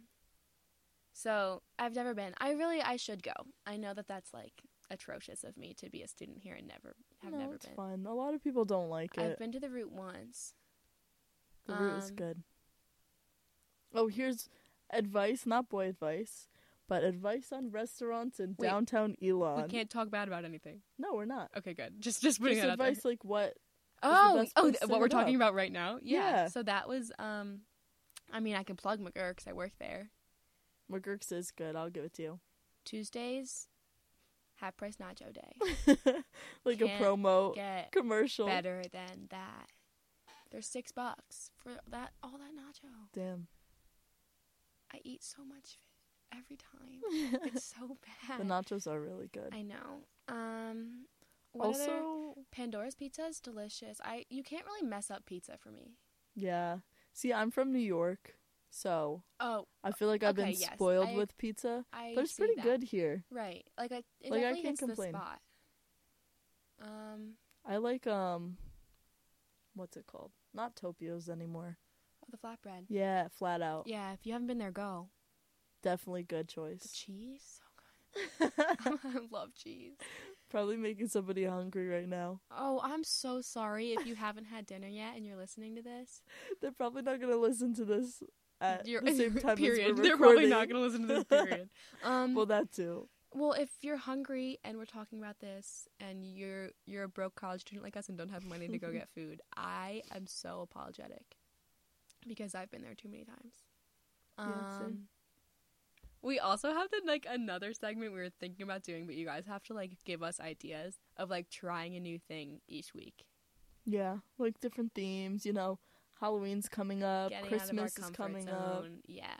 [SPEAKER 1] so I've never been. I really I should go. I know that that's like atrocious of me to be a student here and never have
[SPEAKER 2] no,
[SPEAKER 1] never
[SPEAKER 2] it's
[SPEAKER 1] been.
[SPEAKER 2] fun. A lot of people don't like
[SPEAKER 1] I've
[SPEAKER 2] it.
[SPEAKER 1] been to the root once.
[SPEAKER 2] the root is
[SPEAKER 1] um,
[SPEAKER 2] good. Oh, here's advice, not boy advice, but advice on restaurants in
[SPEAKER 1] Wait,
[SPEAKER 2] downtown Elon.
[SPEAKER 1] We can't talk bad about anything.
[SPEAKER 2] No, we're not.
[SPEAKER 1] Okay, good. Just just putting
[SPEAKER 2] Just
[SPEAKER 1] that out there.
[SPEAKER 2] advice like what? the
[SPEAKER 1] Oh,
[SPEAKER 2] best
[SPEAKER 1] oh,
[SPEAKER 2] place
[SPEAKER 1] th-
[SPEAKER 2] to
[SPEAKER 1] what we're
[SPEAKER 2] meet up.
[SPEAKER 1] talking about right now. Yeah.
[SPEAKER 2] Yeah.
[SPEAKER 1] So that was um, I mean, I can plug McGurr because I work there.
[SPEAKER 2] McGurk's is good. I'll give it to you.
[SPEAKER 1] Tuesdays, half price nacho day.
[SPEAKER 2] like
[SPEAKER 1] Can't
[SPEAKER 2] a promo
[SPEAKER 1] Get
[SPEAKER 2] commercial.
[SPEAKER 1] better than that. They're six bucks for that all that nacho.
[SPEAKER 2] Damn.
[SPEAKER 1] I eat so much. every time. It's so
[SPEAKER 2] The
[SPEAKER 1] bad.
[SPEAKER 2] nachos are really good.
[SPEAKER 1] I know. Um, what
[SPEAKER 2] also,
[SPEAKER 1] other- Pandora's pizza is delicious. I you can't really mess up pizza for me.
[SPEAKER 2] yeah. See, I'm from New York, so
[SPEAKER 1] Oh,
[SPEAKER 2] I feel like I've
[SPEAKER 1] Okay,
[SPEAKER 2] been
[SPEAKER 1] yes,
[SPEAKER 2] spoiled
[SPEAKER 1] I-
[SPEAKER 2] with pizza,
[SPEAKER 1] I.
[SPEAKER 2] but it's
[SPEAKER 1] see
[SPEAKER 2] pretty
[SPEAKER 1] that.
[SPEAKER 2] good here.
[SPEAKER 1] Right. Like I, it
[SPEAKER 2] Like, I
[SPEAKER 1] definitely
[SPEAKER 2] can't
[SPEAKER 1] hits
[SPEAKER 2] complain.
[SPEAKER 1] the spot. Um,
[SPEAKER 2] I like um, what's it called? Not Topios anymore.
[SPEAKER 1] oh, the flatbread.
[SPEAKER 2] Yeah, flat out.
[SPEAKER 1] Yeah, if you haven't been there, go.
[SPEAKER 2] Definitely good
[SPEAKER 1] The
[SPEAKER 2] choice.
[SPEAKER 1] cheese, so good. I love cheese.
[SPEAKER 2] Probably making somebody hungry right now.
[SPEAKER 1] Oh, I'm so sorry if you haven't had dinner yet and you're listening to this.
[SPEAKER 2] They're probably not gonna listen to this at
[SPEAKER 1] You're-
[SPEAKER 2] the same time
[SPEAKER 1] period.
[SPEAKER 2] as we're
[SPEAKER 1] They're probably
[SPEAKER 2] recording.
[SPEAKER 1] not going to listen to this. Period. Um,
[SPEAKER 2] Well,
[SPEAKER 1] well,
[SPEAKER 2] that too.
[SPEAKER 1] if you're hungry and we're talking about this, and you're you're a broke college student like us and don't have money to go get food, I am so apologetic because I've been there too many times.
[SPEAKER 2] Yeah, same.
[SPEAKER 1] Um,
[SPEAKER 3] We also have then like another segment we were thinking about doing, but you guys have to like give us ideas of like trying a new thing each week.
[SPEAKER 2] Yeah, like different themes, you know. Halloween's coming up,
[SPEAKER 1] getting
[SPEAKER 2] Christmas
[SPEAKER 1] out
[SPEAKER 2] is
[SPEAKER 1] of our comfort
[SPEAKER 2] coming up.
[SPEAKER 1] zone. Yeah.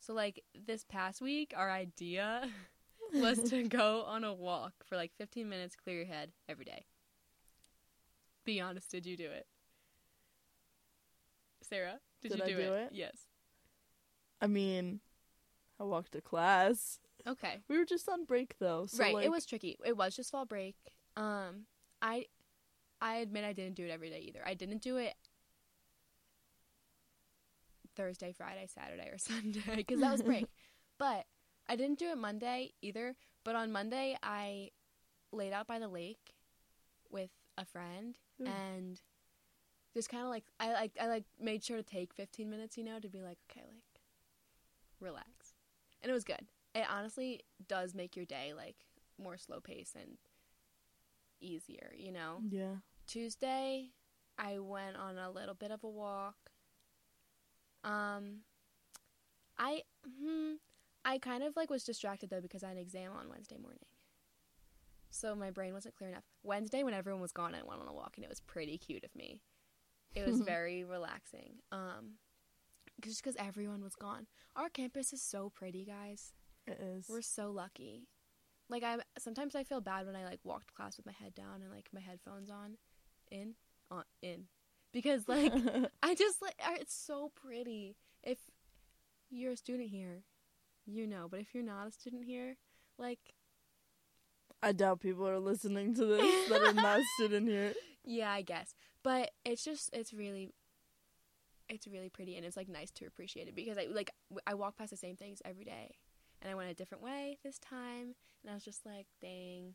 [SPEAKER 3] So like this past week, our idea was to go on a walk for like 15 minutes, clear your head every day. Be honest, did you do it? Sarah, did,
[SPEAKER 2] Did
[SPEAKER 3] you
[SPEAKER 2] I
[SPEAKER 3] do,
[SPEAKER 2] do
[SPEAKER 3] it?
[SPEAKER 2] it?
[SPEAKER 3] Yes.
[SPEAKER 2] I mean, I walked to class.
[SPEAKER 1] Okay.
[SPEAKER 2] We were just on break though, so
[SPEAKER 1] right.
[SPEAKER 2] like,
[SPEAKER 1] it was tricky. It was just fall break. Um, I, I admit I didn't do it every day either. I didn't do it Thursday, Friday, Saturday, or Sunday because that was break. but I didn't do it Monday either. But on Monday, I laid out by the lake with a friend
[SPEAKER 2] Ooh.
[SPEAKER 1] and just kind of like I like I like made sure to take 15 minutes, you know, to be like okay, like relax. And it was good. It honestly does make your day like more slow pace and easier, you know.
[SPEAKER 2] yeah.
[SPEAKER 1] Tuesday, I went on a little bit of a walk. Um, I hmm, I kind of like was distracted though because I had an exam on Wednesday morning, so my brain wasn't clear enough. Wednesday, when everyone was gone, I went on a walk, and it was pretty cute of me. It was very relaxing. Um, just because everyone was gone, our campus is so pretty, guys.
[SPEAKER 2] It is.
[SPEAKER 1] We're so lucky. Like I sometimes I feel bad when I like walk to class with my head down and like my headphones on, in, on in, because like I just like I- it's so pretty. If you're a student here, you know. But if you're not a student here, like
[SPEAKER 2] I doubt people are listening to this that are not student here.
[SPEAKER 1] yeah, I guess. But it's just it's really, it's really pretty and it's like nice to appreciate it because I like w- I walk past the same things every day, and I went a different way this time, and I was just like, dang.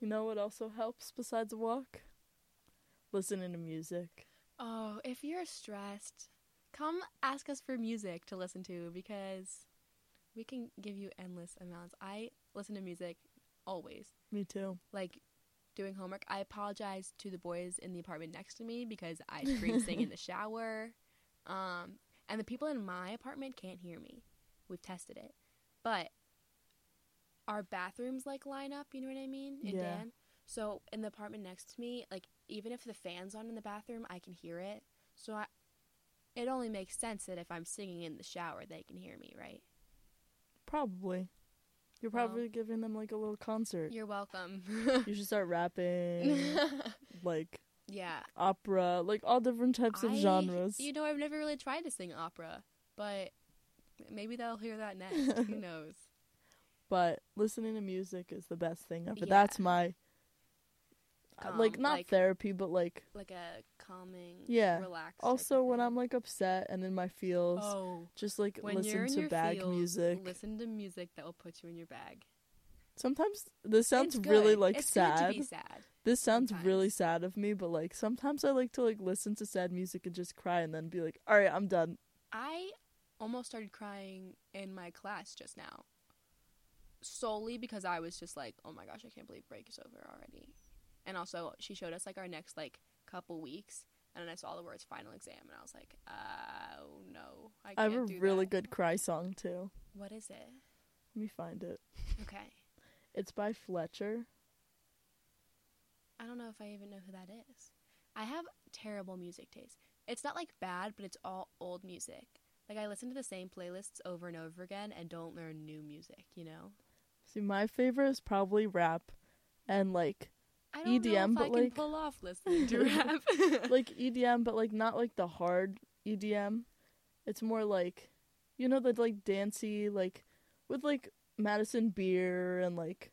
[SPEAKER 2] You know what also helps besides a walk? Listening to music.
[SPEAKER 1] Oh, if you're stressed, come ask us for music to listen to because we can give you endless amounts. I listen to music always.
[SPEAKER 2] Me too.
[SPEAKER 1] Like doing homework. I apologize to the boys in the apartment next to me because I scream sing in the shower. Um and the people in my apartment can't hear me. We've tested it. But our bathrooms like line up, you know what I mean? In
[SPEAKER 2] Yeah.
[SPEAKER 1] Dan. So in the apartment next to me, like even if the fan's on in the bathroom, I can hear it. So I it only makes sense that if I'm singing in the shower, they can hear me, right?
[SPEAKER 2] Probably. You're
[SPEAKER 1] Well.
[SPEAKER 2] probably giving them like a little concert.
[SPEAKER 1] You're welcome.
[SPEAKER 2] You should start rapping, like
[SPEAKER 1] yeah.
[SPEAKER 2] opera, like all different types of
[SPEAKER 1] I-
[SPEAKER 2] genres.
[SPEAKER 1] You know, I've never really tried to sing opera, but maybe they'll hear that next. Who knows?
[SPEAKER 2] but listening to music is the best thing ever.
[SPEAKER 1] Yeah.
[SPEAKER 2] That's my uh, like
[SPEAKER 1] Calm,
[SPEAKER 2] not
[SPEAKER 1] like-
[SPEAKER 2] therapy, but like
[SPEAKER 1] Like a calming,
[SPEAKER 2] Yeah.
[SPEAKER 1] relaxed. type
[SPEAKER 2] also
[SPEAKER 1] of
[SPEAKER 2] when
[SPEAKER 1] thing.
[SPEAKER 2] I'm like upset and in my feels,
[SPEAKER 1] oh,
[SPEAKER 2] just like
[SPEAKER 1] when you're
[SPEAKER 2] listen
[SPEAKER 1] in
[SPEAKER 2] to
[SPEAKER 1] your
[SPEAKER 2] bag
[SPEAKER 1] feels,
[SPEAKER 2] music.
[SPEAKER 1] Listen to music that will put you in your bag.
[SPEAKER 2] Sometimes this sounds
[SPEAKER 1] It's
[SPEAKER 2] really
[SPEAKER 1] good.
[SPEAKER 2] like
[SPEAKER 1] it's Good
[SPEAKER 2] sad.
[SPEAKER 1] to be sad.
[SPEAKER 2] This sounds really
[SPEAKER 1] sometimes.
[SPEAKER 2] sad of me, but like sometimes I like to like listen to sad music and just cry and then be like, "All right, I'm done."
[SPEAKER 1] I almost started crying in my class just now, solely because I was just like, "Oh my gosh, I can't believe break is over already." And also, she showed us like our next like couple weeks, and then I saw the words "final exam," and I was like, "Oh no, I can't
[SPEAKER 2] I have a
[SPEAKER 1] do
[SPEAKER 2] really
[SPEAKER 1] that."
[SPEAKER 2] good cry song too.
[SPEAKER 1] What is it?
[SPEAKER 2] Let me find it.
[SPEAKER 1] Okay,
[SPEAKER 2] It's by Fletcher.
[SPEAKER 1] I don't know if I even know who that is. I have terrible music taste. It's not like bad, but it's all old music. Like I listen to the same playlists over and over again and don't learn new music, you know?
[SPEAKER 2] See, my favorite is probably rap, and like
[SPEAKER 1] I don't know
[SPEAKER 2] EDM,
[SPEAKER 1] if
[SPEAKER 2] E but,
[SPEAKER 1] I can
[SPEAKER 2] like-
[SPEAKER 1] pull off listening to rap.
[SPEAKER 2] like EDM, but like not like the hard EDM. It's more like, you know, the like dancey like, with like Madison Beer and like,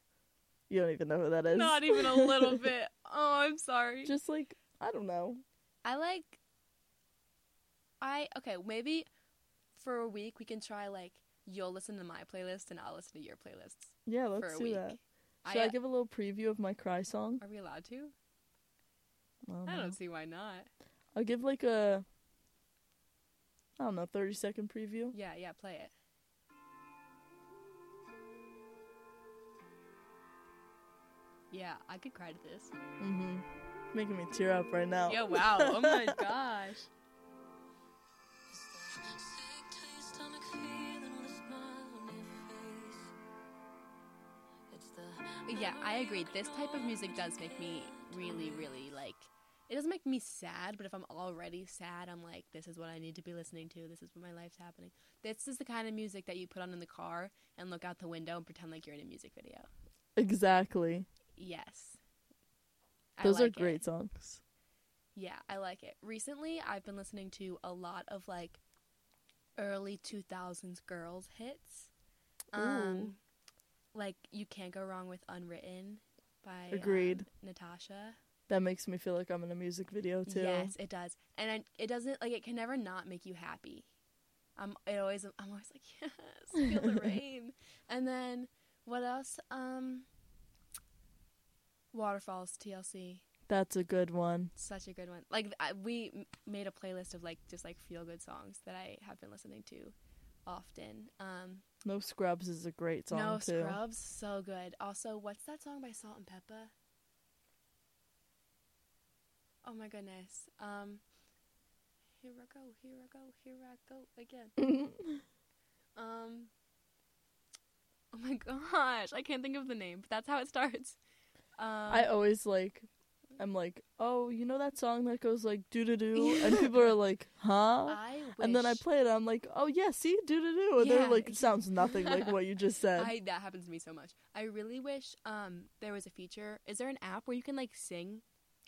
[SPEAKER 2] you don't even know who that is.
[SPEAKER 1] Not even a little bit. Oh, I'm sorry.
[SPEAKER 2] Just like I don't know.
[SPEAKER 1] I like I okay, maybe for a week we can try like you'll listen to my playlist and I'll listen to your playlists
[SPEAKER 2] Yeah, let's
[SPEAKER 1] for a
[SPEAKER 2] do
[SPEAKER 1] week.
[SPEAKER 2] that.
[SPEAKER 1] I,
[SPEAKER 2] Should I, give a little preview of my cry song?
[SPEAKER 1] are we allowed to?
[SPEAKER 2] I don't
[SPEAKER 1] I
[SPEAKER 2] know.
[SPEAKER 1] don't see why not.
[SPEAKER 2] I'll give like a I don't know, 30 second preview.
[SPEAKER 1] Yeah, yeah, play it. Yeah, I could cry to this.
[SPEAKER 2] Mm-hmm. Making me tear up right now.
[SPEAKER 1] Yeah, wow. Oh my gosh.
[SPEAKER 4] Sick to your stomach feeling with a smile on your face. It's the
[SPEAKER 1] Yeah, I agreed. This type of music does make me really, really like. It doesn't make me sad, but if I'm already sad, I'm like, this is what I need to be listening to. This is what my life's happening. This is the kind of music that you put on in the car and look out the window and pretend like you're in a music video.
[SPEAKER 2] Exactly.
[SPEAKER 1] Yes. I
[SPEAKER 2] Those are
[SPEAKER 1] like it.
[SPEAKER 2] great songs.
[SPEAKER 1] Yeah, I like it. Recently, I've been listening to a lot of like early 2000s girls hits. Um like You Can't Go Wrong with Unwritten by um,
[SPEAKER 2] Agreed.
[SPEAKER 1] Natasha.
[SPEAKER 2] That makes me feel like I'm in a music video too.
[SPEAKER 1] Yes, it does. And I, it doesn't like it can never not make you happy. I'm it always I'm always like, "Yes, feel the rain." And then what else? Um Waterfalls TLC.
[SPEAKER 2] That's a good one.
[SPEAKER 1] such a good one. Like th- I, we m- made a playlist of like just like feel good songs that I have been listening to often. Um,
[SPEAKER 2] No Scrubs is a great song
[SPEAKER 1] no
[SPEAKER 2] too.
[SPEAKER 1] Scrubs, so good. Also, what's that song by Salt and Peppa? Oh my goodness. Um, here I go, here I go, here I go again. Um, oh my gosh, I can't think of the name, but that's how it starts. Um,
[SPEAKER 2] I always like I'm like, "Oh, you know that song that goes like doo doo doo?" and people are like, "Huh?"
[SPEAKER 1] I wish
[SPEAKER 2] and then I play it. I'm like, "Oh, yeah, see? Doo doo doo." And
[SPEAKER 1] Yeah.
[SPEAKER 2] they're like, "It sounds nothing like what you just said."
[SPEAKER 1] I that happens to me so much. I really wish um there was a feature. Is there an app where you can like sing,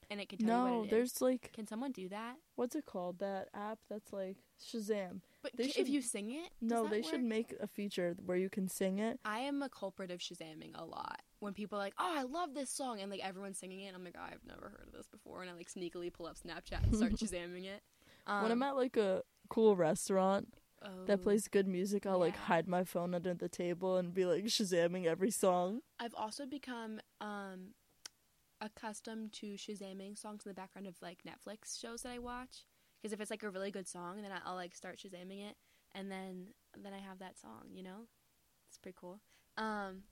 [SPEAKER 1] and it can tell you
[SPEAKER 2] no,
[SPEAKER 1] what it is?
[SPEAKER 2] there's like
[SPEAKER 1] Can someone do that?
[SPEAKER 2] what's it called? That app that's like Shazam.
[SPEAKER 1] But
[SPEAKER 2] They
[SPEAKER 1] ca-
[SPEAKER 2] should-
[SPEAKER 1] if you sing it, does
[SPEAKER 2] No,
[SPEAKER 1] that
[SPEAKER 2] they should
[SPEAKER 1] work?
[SPEAKER 2] make a feature where you can sing it.
[SPEAKER 1] I am a culprit of shazamming a lot. When people are like, "Oh, I love this song," and like everyone's singing it, and I'm like, oh, "I've never heard of this before," and I like sneakily pull up Snapchat and start shazamming it. Um,
[SPEAKER 2] when I'm at like a cool restaurant
[SPEAKER 1] oh,
[SPEAKER 2] that plays good music, I'll like
[SPEAKER 1] yeah.
[SPEAKER 2] hide my phone under the table and be like shazamming every song.
[SPEAKER 1] I've also become um accustomed to shazamming songs in the background of like Netflix shows that I watch because if it's like a really good song then I'll like start shazamming it and then then I have that song, you know? It's pretty cool. Um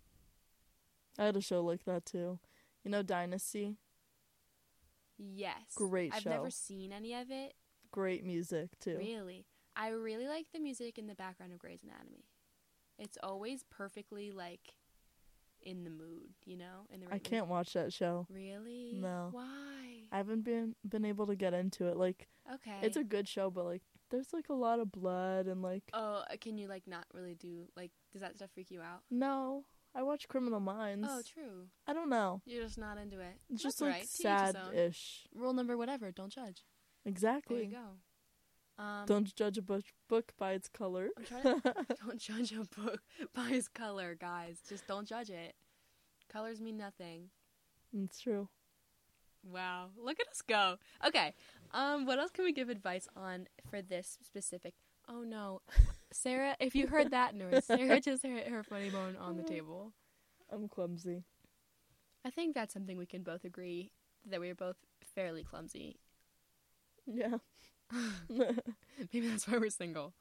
[SPEAKER 2] I had a show like that too. You know Dynasty?
[SPEAKER 1] yes.
[SPEAKER 2] Great
[SPEAKER 1] I've
[SPEAKER 2] show.
[SPEAKER 1] never seen any of it.
[SPEAKER 2] Great music too.
[SPEAKER 1] Really. I really like the music in the background of Grey's Anatomy. It's always perfectly like in the mood, you know? In the
[SPEAKER 2] I
[SPEAKER 1] right
[SPEAKER 2] can't watch that show.
[SPEAKER 1] mood. Really?
[SPEAKER 2] No.
[SPEAKER 1] Why?
[SPEAKER 2] I haven't been been able to get into it. Like
[SPEAKER 1] okay.
[SPEAKER 2] it's a good show, but like there's like a lot of blood and like
[SPEAKER 1] Oh, uh, can you like not really do like? Does that stuff freak you out?
[SPEAKER 2] no. I watch Criminal Minds.
[SPEAKER 1] Oh, true.
[SPEAKER 2] I don't know.
[SPEAKER 1] You're just not into it.
[SPEAKER 2] It's just
[SPEAKER 1] That's all
[SPEAKER 2] like
[SPEAKER 1] right. To each his
[SPEAKER 2] sad
[SPEAKER 1] own.
[SPEAKER 2] ish.
[SPEAKER 1] Rule number whatever. Don't judge. There
[SPEAKER 2] Exactly.
[SPEAKER 1] you go. Um,
[SPEAKER 2] Don't judge a book book by its color.
[SPEAKER 1] I'm trying to, don't judge a book by its color, guys. Just don't judge it. Colors mean nothing.
[SPEAKER 2] It's true.
[SPEAKER 1] Wow, look at us go. Okay, um, what else can we give advice on for this specific? Oh no, Sarah, if you heard that noise, Sarah just hit her funny bone on the table.
[SPEAKER 2] I'm clumsy.
[SPEAKER 1] I think that's something we can both agree that we are both fairly clumsy.
[SPEAKER 2] Yeah.
[SPEAKER 1] Maybe that's why we're single.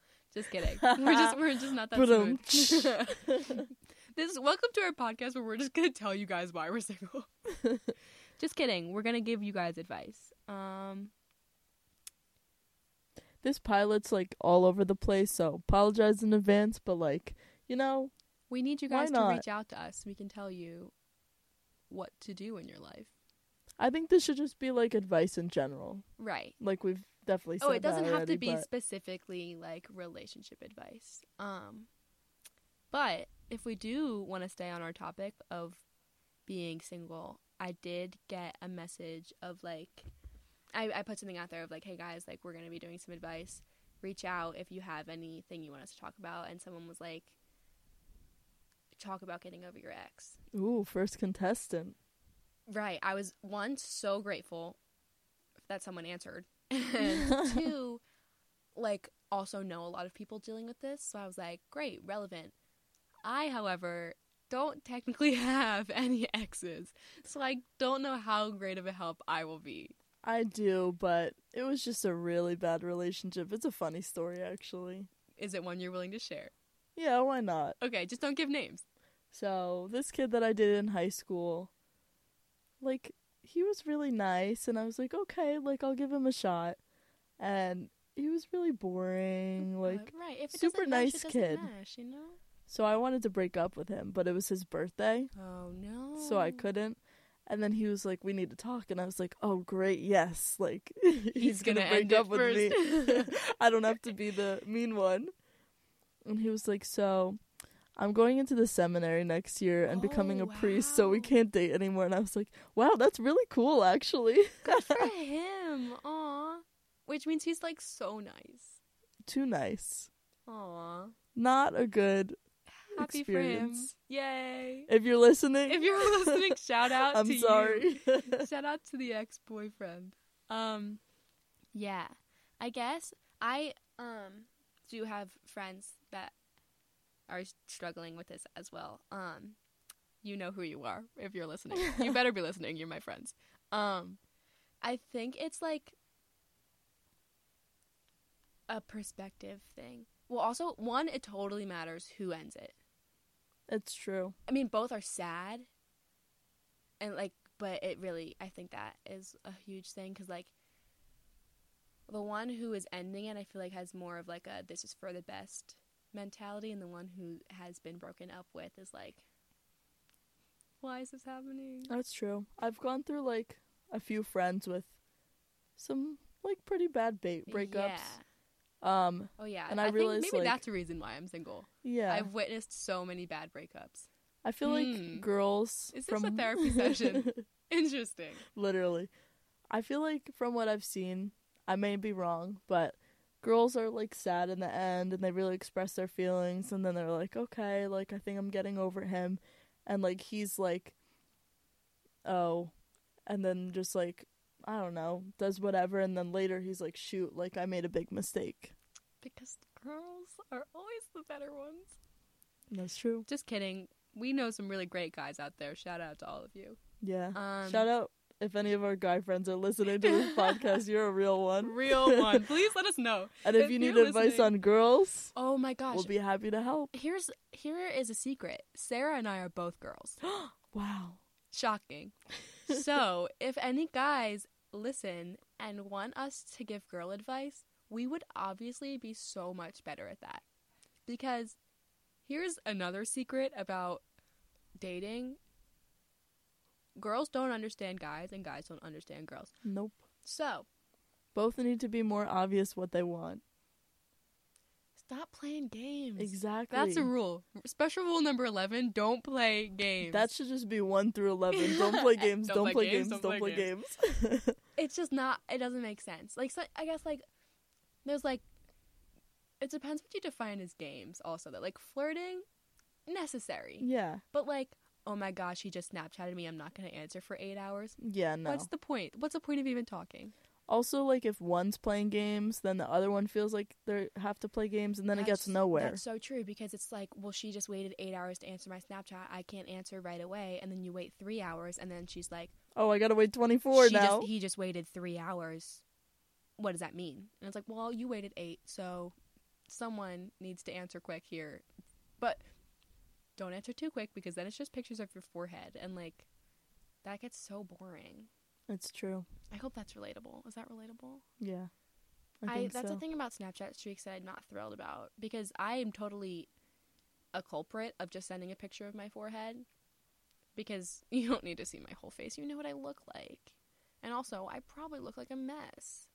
[SPEAKER 1] Just kidding. We're just we're just not that
[SPEAKER 2] Ba-dum.
[SPEAKER 1] smooth. this welcome to our podcast where we're just gonna tell you guys why we're single. just kidding. We're gonna give you guys advice. Um,
[SPEAKER 2] this pilot's like all over the place, so apologize in advance, but like, you know,
[SPEAKER 1] we need you
[SPEAKER 2] Why
[SPEAKER 1] guys to
[SPEAKER 2] not?
[SPEAKER 1] reach out to us. We can tell you what to do in your life.
[SPEAKER 2] I think this should just be like advice in general.
[SPEAKER 1] Right.
[SPEAKER 2] Like we've definitely said
[SPEAKER 1] oh it
[SPEAKER 2] that
[SPEAKER 1] doesn't have
[SPEAKER 2] already,
[SPEAKER 1] to be
[SPEAKER 2] but-
[SPEAKER 1] specifically like relationship advice um but if we do want to stay on our topic of being single i did get a message of like I, I put something out there of like hey guys like we're gonna be doing some advice reach out if you have anything you want us to talk about and someone was like talk about getting over your ex
[SPEAKER 2] Ooh, first contestant.
[SPEAKER 1] Right. I was one so grateful that someone answered, and two, like also know a lot of people dealing with this. So I was like, great, relevant. I, however, don't technically have any exes, so I don't know how great of a help I will be.
[SPEAKER 2] I do, but it was just a really bad relationship. It's a funny story, actually.
[SPEAKER 1] Is it one you're willing to share?
[SPEAKER 2] Yeah, why not?
[SPEAKER 1] Okay, just don't give names.
[SPEAKER 2] So this kid that I did in high school, like he was really nice, and I was like, okay, like I'll give him a shot, and he was really boring, like.
[SPEAKER 1] Uh, right, if it
[SPEAKER 2] super
[SPEAKER 1] doesn't mash, it
[SPEAKER 2] nice
[SPEAKER 1] doesn't
[SPEAKER 2] kid.
[SPEAKER 1] mash, you know.
[SPEAKER 2] So I wanted to break up with him, but it was his birthday,
[SPEAKER 1] Oh no.
[SPEAKER 2] so I couldn't. And then he was like, "We need to talk," and I was like, "Oh, great, yes!" Like he's,
[SPEAKER 1] gonna end it
[SPEAKER 2] me. I don't have to be the mean one. And he was like, "So, I'm going into the seminary next year and becoming a
[SPEAKER 1] Oh,
[SPEAKER 2] priest, so we
[SPEAKER 1] wow.
[SPEAKER 2] can't date anymore." And I was like, "Wow, that's really cool, actually."
[SPEAKER 1] Good for him. Aw. Which means he's like so nice.
[SPEAKER 2] Too nice.
[SPEAKER 1] Aw.
[SPEAKER 2] Not a good.
[SPEAKER 1] Happy
[SPEAKER 2] experience.
[SPEAKER 1] for him. Yay.
[SPEAKER 2] If you're listening,
[SPEAKER 1] If you're listening, shout out
[SPEAKER 2] I'm
[SPEAKER 1] to you.
[SPEAKER 2] sorry.
[SPEAKER 1] Shout out to the ex-boyfriend. Um yeah. I guess I um do have friends that are struggling with this as well. Um you know who you are if you're listening. you better be listening, you're my friends. Um I think it's like a perspective thing. Well, also one it totally matters who ends it.
[SPEAKER 2] it's true.
[SPEAKER 1] I mean, both are sad. And like, but it really, I think that is a huge thing because like, the one who is ending it, I feel like has more of like a "this is for the best" mentality, and the one who has been broken up with is like, "Why is this happening?"
[SPEAKER 2] That's true. I've gone through like a few friends with some like pretty bad ba- breakups.
[SPEAKER 1] Yeah.
[SPEAKER 2] Um,
[SPEAKER 1] Oh yeah.
[SPEAKER 2] And I
[SPEAKER 1] I, think
[SPEAKER 2] realized,
[SPEAKER 1] maybe
[SPEAKER 2] like-
[SPEAKER 1] that's the reason why I'm single.
[SPEAKER 2] yeah.
[SPEAKER 1] I've witnessed so many bad breakups.
[SPEAKER 2] I feel
[SPEAKER 1] Hmm.
[SPEAKER 2] like girls.
[SPEAKER 1] Is this a therapy session? Interesting.
[SPEAKER 2] Literally. I feel like from what I've seen, I may be wrong, but girls are like sad in the end and they really express their feelings and then they're like, okay, like I think I'm getting over him. And like he's like, oh. And then just like, I don't know, does whatever. And then later he's like, shoot, like I made a big mistake.
[SPEAKER 1] Because the girls are always the better ones.
[SPEAKER 2] That's true.
[SPEAKER 1] Just kidding. We know some really great guys out there. Shout out to all of you.
[SPEAKER 2] Yeah.
[SPEAKER 1] Um,
[SPEAKER 2] Shout out if any of our guy friends are listening to this podcast, you're a real one.
[SPEAKER 1] Real one. Please let us know.
[SPEAKER 2] And if,
[SPEAKER 1] If
[SPEAKER 2] you need
[SPEAKER 1] you're
[SPEAKER 2] advice
[SPEAKER 1] listening-
[SPEAKER 2] on girls,
[SPEAKER 1] Oh my gosh.
[SPEAKER 2] we'll be happy to help.
[SPEAKER 1] Here's here is a secret. Sarah and I are both girls.
[SPEAKER 2] Wow.
[SPEAKER 1] Shocking. so if any guys listen and want us to give girl advice, we would obviously be so much better at that. Because here's another secret about dating. Girls don't understand guys and guys don't understand girls.
[SPEAKER 2] Nope.
[SPEAKER 1] So
[SPEAKER 2] Both need to be more obvious what they want.
[SPEAKER 1] Stop playing games.
[SPEAKER 2] Exactly.
[SPEAKER 1] That's a rule. Special rule number 11 don't play games.
[SPEAKER 2] That should just be 1 through 11. Don't play games. don't, play games. Don't play games.
[SPEAKER 1] it's just not, it doesn't make sense. Like, so, I guess, like, there's like, it depends what you define as games, also, that like flirting, necessary.
[SPEAKER 2] yeah.
[SPEAKER 1] But like, oh my gosh, he just Snapchatted me, I'm not going to answer for eight hours.
[SPEAKER 2] Yeah, no.
[SPEAKER 1] What's the point? What's the point of even talking?
[SPEAKER 2] also, like, if one's playing games, then the other one feels like they have to play games, and then it gets
[SPEAKER 1] That's-
[SPEAKER 2] nowhere.
[SPEAKER 1] That's so true because it's like, well, she just waited eight hours to answer my Snapchat. I can't answer right away. And then you wait three hours, and then she's like,
[SPEAKER 2] Oh, I gotta wait 24
[SPEAKER 1] she
[SPEAKER 2] now.
[SPEAKER 1] Just, he just waited three hours. What does that mean? And it's like, well, you waited eight, so someone needs to answer quick here. But don't answer too quick because then it's just pictures of your forehead, and like that gets so boring.
[SPEAKER 2] it's true.
[SPEAKER 1] I hope that's relatable. Is that relatable?
[SPEAKER 2] Yeah. I
[SPEAKER 1] I,
[SPEAKER 2] think
[SPEAKER 1] that's
[SPEAKER 2] so.
[SPEAKER 1] the thing about Snapchat streaks that I'm not thrilled about because I am totally a culprit of just sending a picture of my forehead because you don't need to see my whole face. You know what I look like. And also, I probably look like a mess.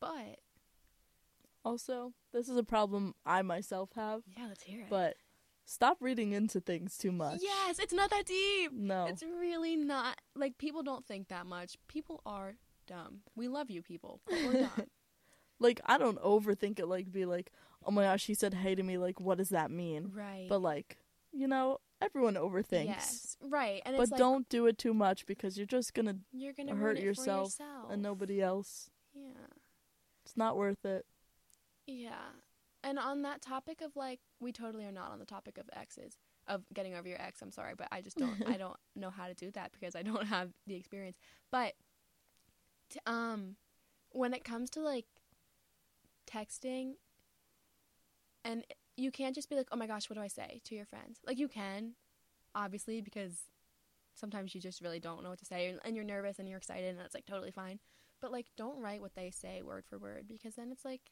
[SPEAKER 1] But
[SPEAKER 2] Also, this is a problem I myself have,
[SPEAKER 1] yeah, let's hear it.
[SPEAKER 2] but stop reading into things too much.
[SPEAKER 1] yes, it's not that deep.
[SPEAKER 2] No.
[SPEAKER 1] It's really not. Like people don't think that much. People are dumb. We love you, people. But we're dumb.
[SPEAKER 2] like I don't overthink it like be like, "Oh my gosh, he said hey to me. Like what does that mean?"
[SPEAKER 1] right.
[SPEAKER 2] But like, you know, everyone overthinks.
[SPEAKER 1] Yes. Right. And
[SPEAKER 2] But
[SPEAKER 1] it's like,
[SPEAKER 2] don't do it too much because you're just going to
[SPEAKER 1] you're gonna
[SPEAKER 2] hurt
[SPEAKER 1] ruin it for
[SPEAKER 2] yourself
[SPEAKER 1] yourself.
[SPEAKER 2] and nobody else.
[SPEAKER 1] Yeah.
[SPEAKER 2] It's not worth it.
[SPEAKER 1] Yeah. And on that topic of like we totally are not on the topic of exes of getting over your ex, I'm sorry, but I just don't I don't know how to do that because I don't have the experience. But t- um when it comes to like texting and you can't just be like, "Oh my gosh, what do I say?" to your friends. Like you can obviously because sometimes you just really don't know what to say and- and you're nervous and you're excited and that's like totally fine. But like don't write what they say word for word because then it's like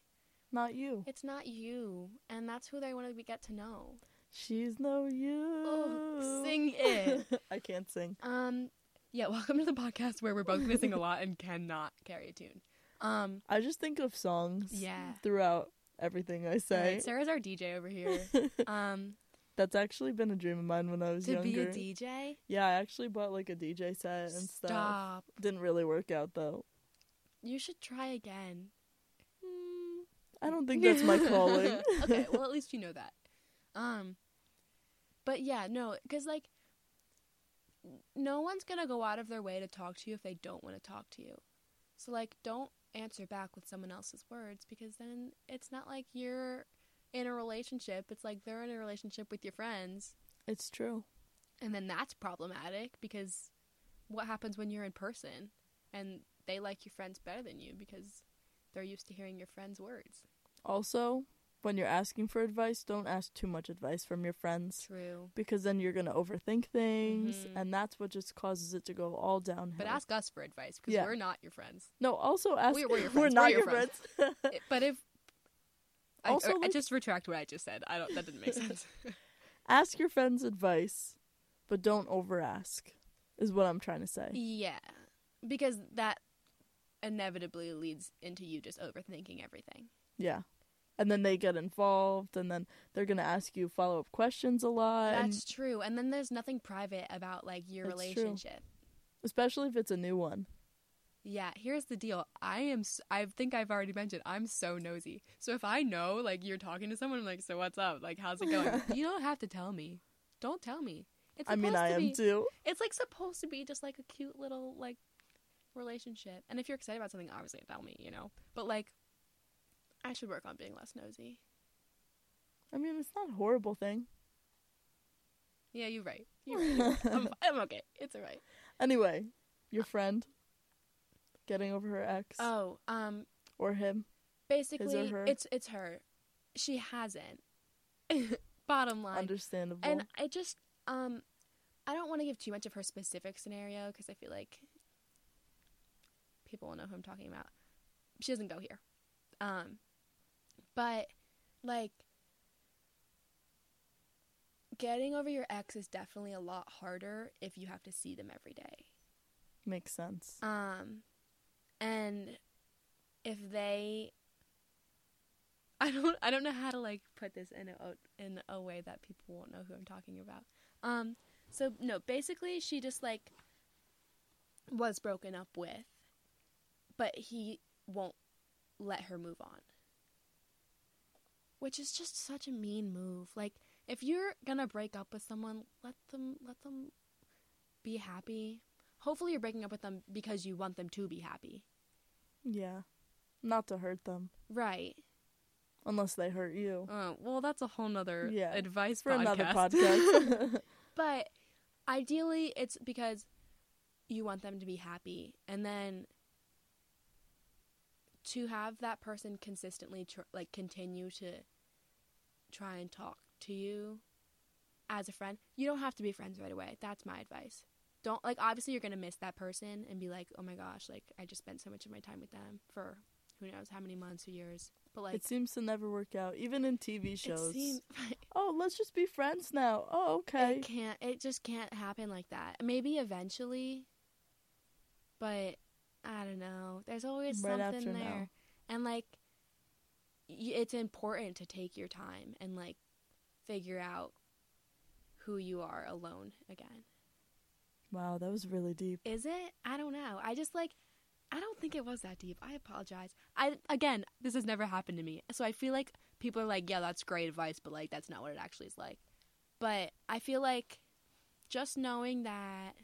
[SPEAKER 2] Not you.
[SPEAKER 1] it's not you, and that's who they want to be, get to know.
[SPEAKER 2] She's no you.
[SPEAKER 1] Oh, sing it.
[SPEAKER 2] I can't sing.
[SPEAKER 1] Um, yeah. Welcome to the podcast where we're both missing a lot and cannot carry a tune. Um,
[SPEAKER 2] I just think of songs
[SPEAKER 1] Yeah.
[SPEAKER 2] throughout everything I
[SPEAKER 1] all
[SPEAKER 2] say.
[SPEAKER 1] right, Sarah's our DJ over here. Um,
[SPEAKER 2] That's actually been a dream of mine when I was
[SPEAKER 1] to
[SPEAKER 2] younger.
[SPEAKER 1] be a DJ.
[SPEAKER 2] yeah, I actually bought like a DJ set and stuff.
[SPEAKER 1] Stop.
[SPEAKER 2] Didn't really work out though.
[SPEAKER 1] You should try again.
[SPEAKER 2] Mm, I don't think that's my calling.
[SPEAKER 1] okay, well at least you know that. Um but yeah, no, cuz like no one's going to go out of their way to talk to you if they don't want to talk to you. So like don't answer back with someone else's words because then it's not like you're in a relationship. It's like they're in a relationship with your friends
[SPEAKER 2] It's true.
[SPEAKER 1] and then that's problematic because what happens when you're in person and they like your friends better than you because they're used to hearing your friends' words.
[SPEAKER 2] Also, when you're asking for advice, don't ask too much advice from your friends
[SPEAKER 1] True.
[SPEAKER 2] because then you're going to overthink things
[SPEAKER 1] Mhm.
[SPEAKER 2] and that's what just causes it to go all downhill.
[SPEAKER 1] But ask us for advice because
[SPEAKER 2] Yeah.
[SPEAKER 1] we're not your friends.
[SPEAKER 2] No, also ask
[SPEAKER 1] We're- we're your friends.
[SPEAKER 2] not
[SPEAKER 1] We're your
[SPEAKER 2] your friends.
[SPEAKER 1] friends. I- But if I,
[SPEAKER 2] Also,
[SPEAKER 1] or- I
[SPEAKER 2] like-
[SPEAKER 1] just retract what I just said. I don't. That didn't make sense.
[SPEAKER 2] ask your friends advice, but don't over ask. Is what I'm trying to say.
[SPEAKER 1] yeah, because that inevitably leads into you just overthinking everything.
[SPEAKER 2] Yeah. And then they get involved and then they're going to ask you follow-up questions a lot, and
[SPEAKER 1] That's true. And then there's nothing private about like your
[SPEAKER 2] That's true.
[SPEAKER 1] relationship.
[SPEAKER 2] especially if it's a new one.
[SPEAKER 1] Yeah, here's the deal. I am. s- I think I've already mentioned. I'm so nosy. So if I know like you're talking to someone, I'm like, so what's up? Like, how's it going? you don't have to tell me. Don't tell me. It's
[SPEAKER 2] I mean,
[SPEAKER 1] supposed
[SPEAKER 2] I
[SPEAKER 1] to
[SPEAKER 2] am
[SPEAKER 1] be-
[SPEAKER 2] too.
[SPEAKER 1] It's like supposed to be just like a cute little like relationship. And if you're excited about something, obviously tell me, you know. But like I should work on being less nosy.
[SPEAKER 2] I mean, it's not a horrible thing.
[SPEAKER 1] Yeah, you're right. You're right. You're right. I'm, I'm okay. It's all right.
[SPEAKER 2] Anyway, your friend getting over her ex
[SPEAKER 1] Oh, um
[SPEAKER 2] or him.
[SPEAKER 1] basically
[SPEAKER 2] her?
[SPEAKER 1] it's it's her. She hasn't. Bottom line.
[SPEAKER 2] Understandable.
[SPEAKER 1] And I just um I don't want to give too much of her specific scenario because I feel like people will know who I'm talking about. She doesn't go here. Um but like getting over your ex is definitely a lot harder if you have to see them every day.
[SPEAKER 2] Makes sense.
[SPEAKER 1] Um, and if they, I don't, I don't know how to like put this in a in a way that people won't know who I'm talking about. Um, so no, basically she just like was broken up with, but he won't let her move on. Which is just such a mean move. Like if you're gonna break up with someone, let them let them be happy hopefully you're breaking up with them because you want them to be happy
[SPEAKER 2] yeah. Not to hurt them
[SPEAKER 1] right
[SPEAKER 2] unless they hurt you.
[SPEAKER 1] uh, well that's a whole nother
[SPEAKER 2] Yeah.
[SPEAKER 1] advice
[SPEAKER 2] For another
[SPEAKER 1] podcast.
[SPEAKER 2] podcast.
[SPEAKER 1] but ideally it's because you want them to be happy and then to have that person consistently tr- like continue to try and talk to you as a friend you don't have to be friends right away that's my advice don't like obviously you're gonna miss that person and be like oh my gosh like i just spent so much of my time with them for who knows how many months or years but like
[SPEAKER 2] it seems to never work out, even in TV
[SPEAKER 1] it
[SPEAKER 2] shows.
[SPEAKER 1] seem-
[SPEAKER 2] oh, let's just be friends now. Oh, okay.
[SPEAKER 1] It can't. It just can't happen like that. Maybe eventually, but I don't know. There's always
[SPEAKER 2] Right
[SPEAKER 1] something
[SPEAKER 2] after
[SPEAKER 1] there.
[SPEAKER 2] now.
[SPEAKER 1] and like y- it's important to take your time and like figure out who you are alone again.
[SPEAKER 2] Wow, that was really deep.
[SPEAKER 1] Is it? I don't know. I just like I don't think it was that deep. I apologize. I again, this has never happened to me. So I feel like people are like, "Yeah, that's great advice," but like that's not what it actually is like. But I feel like just knowing that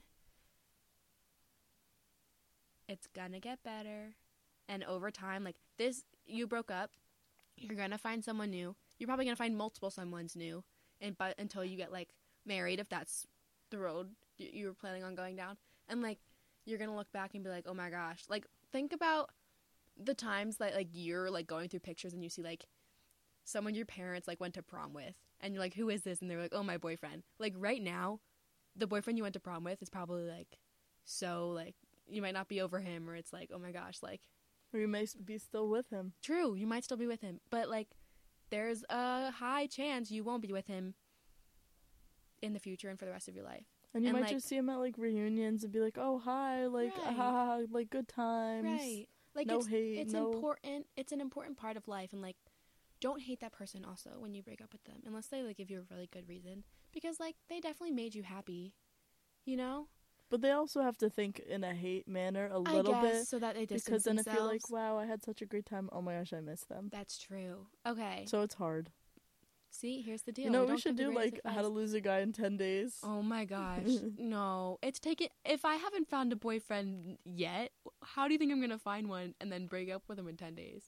[SPEAKER 1] it's going to get better and over time like this you broke up, you're going to find someone new. You're probably going to find multiple someone's new and but until you get like married if that's the road you, you were planning on going down. And like you're gonna look back and be like, oh my gosh. Like think about the times that like you're like going through pictures and you see like someone your parents like went to prom with and you're like, who is this? And they're like, oh my boyfriend. Like right now, the boyfriend you went to prom with is probably like so like you might not be over him or it's like, oh my gosh, like
[SPEAKER 2] Or you may s- be still with him.
[SPEAKER 1] True, you might still be with him, but like there's a high chance you won't be with him in the future and for the rest of your life.
[SPEAKER 2] And you
[SPEAKER 1] And,
[SPEAKER 2] might
[SPEAKER 1] like-
[SPEAKER 2] just see him at like reunions and be like, "Oh hi, like
[SPEAKER 1] Right.
[SPEAKER 2] ah, ha, ha, ha, like good times,
[SPEAKER 1] Right. Like
[SPEAKER 2] no
[SPEAKER 1] it's
[SPEAKER 2] hate,
[SPEAKER 1] it's
[SPEAKER 2] no."
[SPEAKER 1] important it's an important part of life and like don't hate that person also when you break up with them unless they like give you a really good reason because like they definitely made you happy you know
[SPEAKER 2] But they also have to think in a hate manner a little
[SPEAKER 1] i guess
[SPEAKER 2] bit
[SPEAKER 1] so that they distance
[SPEAKER 2] because then
[SPEAKER 1] themselves.
[SPEAKER 2] if you're like, "Wow, I had such a great time. Oh my gosh, I miss them."
[SPEAKER 1] that's true okay
[SPEAKER 2] So it's hard.
[SPEAKER 1] see here's the deal
[SPEAKER 2] you know,
[SPEAKER 1] don't
[SPEAKER 2] we
[SPEAKER 1] give
[SPEAKER 2] should
[SPEAKER 1] the
[SPEAKER 2] do
[SPEAKER 1] greatest
[SPEAKER 2] like how to
[SPEAKER 1] advice.
[SPEAKER 2] lose a guy in ten days.
[SPEAKER 1] oh my gosh no it's taken if i haven't found a boyfriend yet how do you think i'm gonna find one and then break up with him in 10 days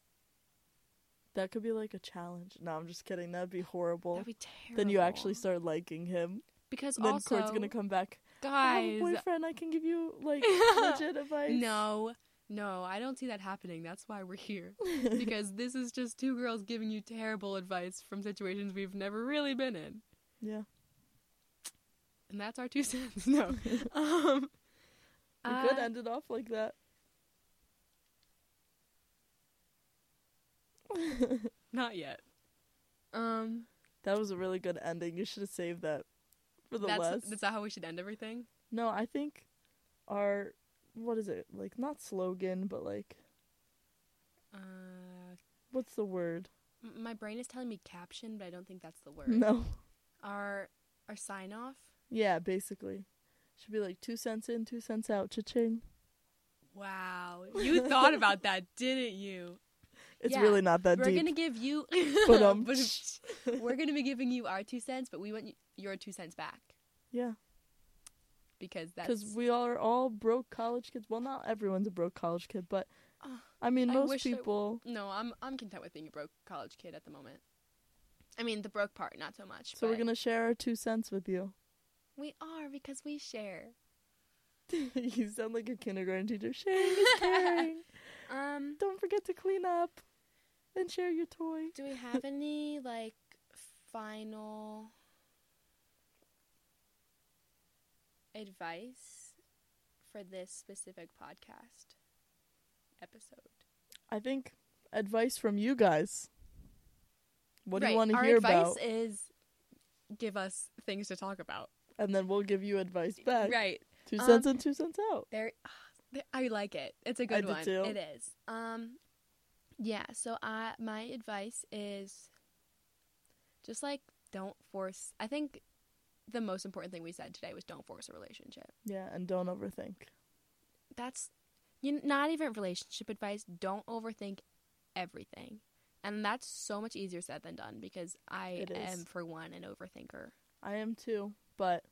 [SPEAKER 2] That could be like a challenge. No, I'm just kidding. That'd be horrible.
[SPEAKER 1] that'd be terrible
[SPEAKER 2] then you actually start liking him.
[SPEAKER 1] because
[SPEAKER 2] And then
[SPEAKER 1] also
[SPEAKER 2] Court's gonna come back. I have a
[SPEAKER 1] guys
[SPEAKER 2] boyfriend. I can give you like legit advice.
[SPEAKER 1] No, no, I don't see that happening. That's why we're here. Because this is just two girls giving you terrible advice from situations we've never really been in.
[SPEAKER 2] yeah,
[SPEAKER 1] And that's our two cents. No. um,
[SPEAKER 2] we
[SPEAKER 1] uh,
[SPEAKER 2] could end it off like that.
[SPEAKER 1] not yet. Um,
[SPEAKER 2] That was a really good ending. You should have saved that for the
[SPEAKER 1] that's,
[SPEAKER 2] last.
[SPEAKER 1] that's not how we should end everything.
[SPEAKER 2] No, I think our what is it like? Not slogan, but like
[SPEAKER 1] Uh,
[SPEAKER 2] what's the word?
[SPEAKER 1] m- my brain is telling me caption, but I don't think that's the word.
[SPEAKER 2] No,
[SPEAKER 1] Our our sign off.
[SPEAKER 2] yeah, basically, should be like two cents in, two cents out. Cha-ching.
[SPEAKER 1] Wow, you thought about that, didn't you?
[SPEAKER 2] It's
[SPEAKER 1] Yeah,
[SPEAKER 2] really not that
[SPEAKER 1] we're
[SPEAKER 2] deep.
[SPEAKER 1] gonna give you.
[SPEAKER 2] But, um,
[SPEAKER 1] we're gonna be giving you our two cents, but we want y- your two cents back
[SPEAKER 2] Yeah,
[SPEAKER 1] because that's.
[SPEAKER 2] because we are all broke college kids. Well, not everyone's a broke college kid, but
[SPEAKER 1] Ah,
[SPEAKER 2] I mean,
[SPEAKER 1] I
[SPEAKER 2] most
[SPEAKER 1] wish there-
[SPEAKER 2] people.
[SPEAKER 1] no, I'm I'm content with being a broke college kid at the moment. I mean, the broke part, not so much.
[SPEAKER 2] So we're
[SPEAKER 1] but
[SPEAKER 2] gonna share our two cents with you.
[SPEAKER 1] We are because we share.
[SPEAKER 2] you sound like a kindergarten teacher. Sharing is caring.
[SPEAKER 1] Um,
[SPEAKER 2] Don't forget to clean up and share your toy.
[SPEAKER 1] do we have any like final advice for this specific podcast episode?
[SPEAKER 2] I think advice from you guys. What do you
[SPEAKER 1] Right,
[SPEAKER 2] want to
[SPEAKER 1] our
[SPEAKER 2] hear
[SPEAKER 1] advice
[SPEAKER 2] about?
[SPEAKER 1] is give us things to talk about.
[SPEAKER 2] and then we'll give you advice back.
[SPEAKER 1] Right.
[SPEAKER 2] Two
[SPEAKER 1] um,
[SPEAKER 2] cents in, two cents out.
[SPEAKER 1] There there- I like it. It's a
[SPEAKER 2] I
[SPEAKER 1] good
[SPEAKER 2] do
[SPEAKER 1] one.
[SPEAKER 2] too.
[SPEAKER 1] It is. Um yeah, so I my advice is just like don't force. I think the most important thing we said today was don't force a relationship.
[SPEAKER 2] Yeah, and don't overthink.
[SPEAKER 1] That's you know, not even relationship advice. Don't overthink everything. And that's so much easier said than done because I
[SPEAKER 2] It is.
[SPEAKER 1] am for one an overthinker.
[SPEAKER 2] I am too, but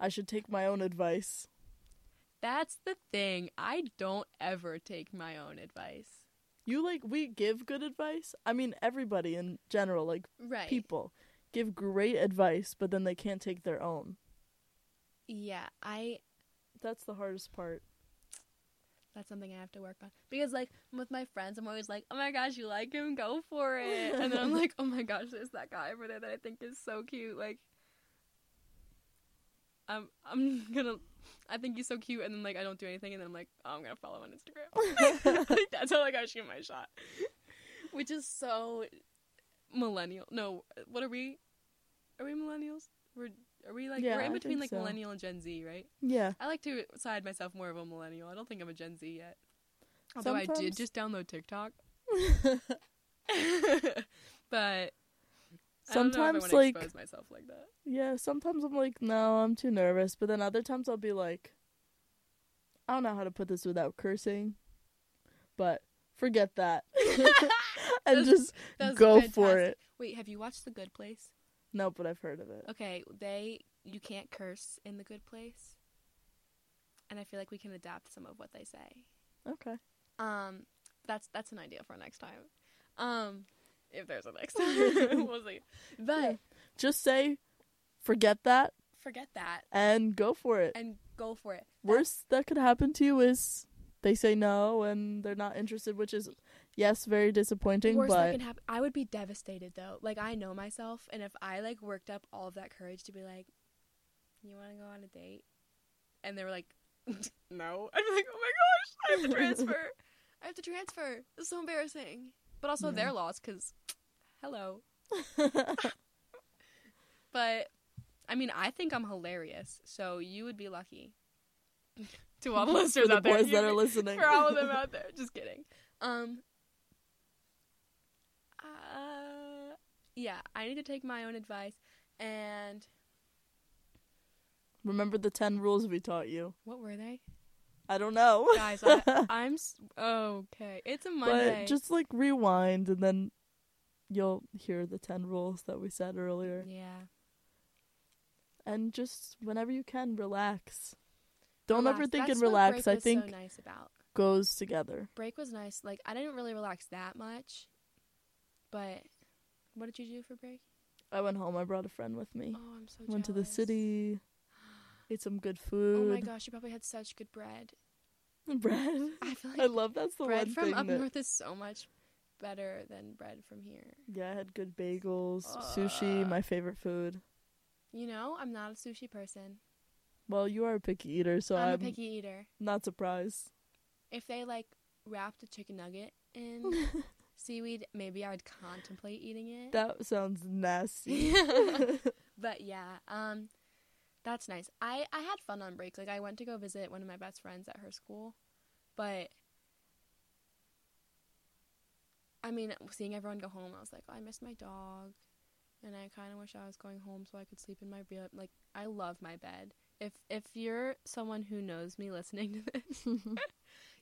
[SPEAKER 2] I should take my own advice.
[SPEAKER 1] That's the thing. I don't ever take my own advice.
[SPEAKER 2] You like we give good advice. I mean, everybody in general, like
[SPEAKER 1] Right.
[SPEAKER 2] people, give great advice, but then they can't take their own.
[SPEAKER 1] Yeah, I
[SPEAKER 2] That's the hardest part.
[SPEAKER 1] that's something I have to work on. Because like with my friends, I'm always like, "Oh my gosh, you like him? Go for it." And then I'm like, "Oh my gosh, there's that guy over there that I think is so cute." Like I'm I'm going to I think he's so cute and then like I don't do anything and then I'm like, "Oh, I'm going to follow him on Instagram." like that's how like I shoot my shot. Which is so millennial. No, what are we? Are we millennials? We're are we like
[SPEAKER 2] Yeah,
[SPEAKER 1] we're in
[SPEAKER 2] I
[SPEAKER 1] between
[SPEAKER 2] think
[SPEAKER 1] like
[SPEAKER 2] so.
[SPEAKER 1] millennial and Gen Z, right?
[SPEAKER 2] Yeah,
[SPEAKER 1] I like to side myself more of a millennial. I don't think I'm a Gen Z yet. Although I did
[SPEAKER 2] Sometimes-
[SPEAKER 1] just download TikTok. but
[SPEAKER 2] Sometimes,
[SPEAKER 1] I don't know if I wanna
[SPEAKER 2] like-
[SPEAKER 1] expose myself like that.
[SPEAKER 2] Yeah, sometimes I'm like, no, I'm too nervous. But then other times I'll be like, I don't know how to put this without cursing, but forget that and
[SPEAKER 1] That's-
[SPEAKER 2] just
[SPEAKER 1] that was
[SPEAKER 2] go for
[SPEAKER 1] fantastic.
[SPEAKER 2] it.
[SPEAKER 1] Wait, have you watched The Good Place?
[SPEAKER 2] No, but I've heard of it.
[SPEAKER 1] Okay, they you can't curse in The Good Place. And I feel like we can adapt some of what they say.
[SPEAKER 2] Okay.
[SPEAKER 1] Um, that's that's an idea for next time. Um, if there's a next time, we'll see. But
[SPEAKER 2] Yeah. Just say, forget that
[SPEAKER 1] forget that
[SPEAKER 2] and go for it.
[SPEAKER 1] and go for it.
[SPEAKER 2] Worst that could happen to you is they say no and they're not interested, which is, yes, very disappointing.
[SPEAKER 1] Worst that
[SPEAKER 2] But
[SPEAKER 1] can happen. I would be devastated though. Like I know myself, and if I like worked up all of that courage to be like, "You want to go on a date?" and they were like, "No," I'd be like, "Oh my gosh, I have to transfer. I have to transfer. It's so embarrassing." But also
[SPEAKER 2] Yeah.
[SPEAKER 1] their loss because, hello. But I mean, I think I'm hilarious, so you would be lucky. to all the
[SPEAKER 2] for
[SPEAKER 1] listeners
[SPEAKER 2] the
[SPEAKER 1] out there,
[SPEAKER 2] boys
[SPEAKER 1] you-
[SPEAKER 2] that are listening,
[SPEAKER 1] for all of them out there. Just kidding. Um. Uh, yeah, I need to take my own advice. And
[SPEAKER 2] remember the 10 rules we taught you.
[SPEAKER 1] what were they,
[SPEAKER 2] I don't know.
[SPEAKER 1] guys? I, I'm s- okay. It's a Monday.
[SPEAKER 2] But just like rewind and then you'll hear the 10 rules that we said earlier.
[SPEAKER 1] yeah.
[SPEAKER 2] And just whenever you can, relax. Don't
[SPEAKER 1] Relax.
[SPEAKER 2] ever think
[SPEAKER 1] That's
[SPEAKER 2] and
[SPEAKER 1] what
[SPEAKER 2] relax.
[SPEAKER 1] Break
[SPEAKER 2] I
[SPEAKER 1] was
[SPEAKER 2] think
[SPEAKER 1] so nice about
[SPEAKER 2] goes together.
[SPEAKER 1] break was nice. Like I didn't really relax that much, but what did you do for break?
[SPEAKER 2] I went home. I brought a friend with me.
[SPEAKER 1] Oh, I'm so
[SPEAKER 2] went to the
[SPEAKER 1] jealous.
[SPEAKER 2] city. Ate some good
[SPEAKER 1] Oh
[SPEAKER 2] food.
[SPEAKER 1] my gosh, you probably had such good bread.
[SPEAKER 2] Bread.
[SPEAKER 1] I feel like
[SPEAKER 2] I love that's the
[SPEAKER 1] bread
[SPEAKER 2] one
[SPEAKER 1] from
[SPEAKER 2] thing
[SPEAKER 1] up
[SPEAKER 2] that.
[SPEAKER 1] north is so much better than bread from here.
[SPEAKER 2] Yeah, I had good bagels, sushi,
[SPEAKER 1] Ugh.
[SPEAKER 2] my favorite food.
[SPEAKER 1] You know, I'm not a sushi person.
[SPEAKER 2] Well, you are a picky eater, so
[SPEAKER 1] I'm
[SPEAKER 2] I'm,
[SPEAKER 1] a picky eater.
[SPEAKER 2] not surprised.
[SPEAKER 1] If they like wrapped a chicken nugget in seaweed, maybe I would contemplate eating it.
[SPEAKER 2] That sounds nasty.
[SPEAKER 1] but yeah, um that's nice. I I had fun on break. Like I went to go visit one of my best friends at her school, but I mean, seeing everyone go home, I was like, oh, I miss my dog, and I kind of wish I was going home so I could sleep in my real. Like, I love my bed. If if you're someone who knows me listening to this,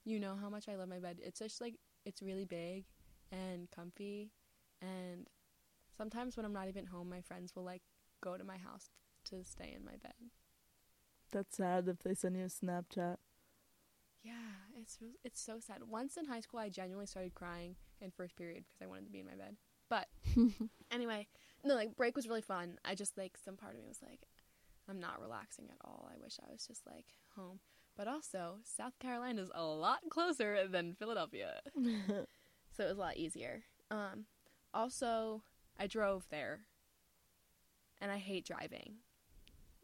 [SPEAKER 1] you know how much I love my bed. It's just like it's really big and comfy, and sometimes when I'm not even home, my friends will like go to my house to stay in my bed.
[SPEAKER 2] That's sad if they send you a Snapchat.
[SPEAKER 1] Yeah, it's re- it's so sad. Once in high school, I genuinely started crying in first period because I wanted to be in my bed. But anyway, no, like break was really fun. I just like some part of me was like, I'm not relaxing at all. I wish I was just like home. But also, South Carolina is a lot closer than Philadelphia, so it was a lot easier. Um, also, I drove there, and I hate driving.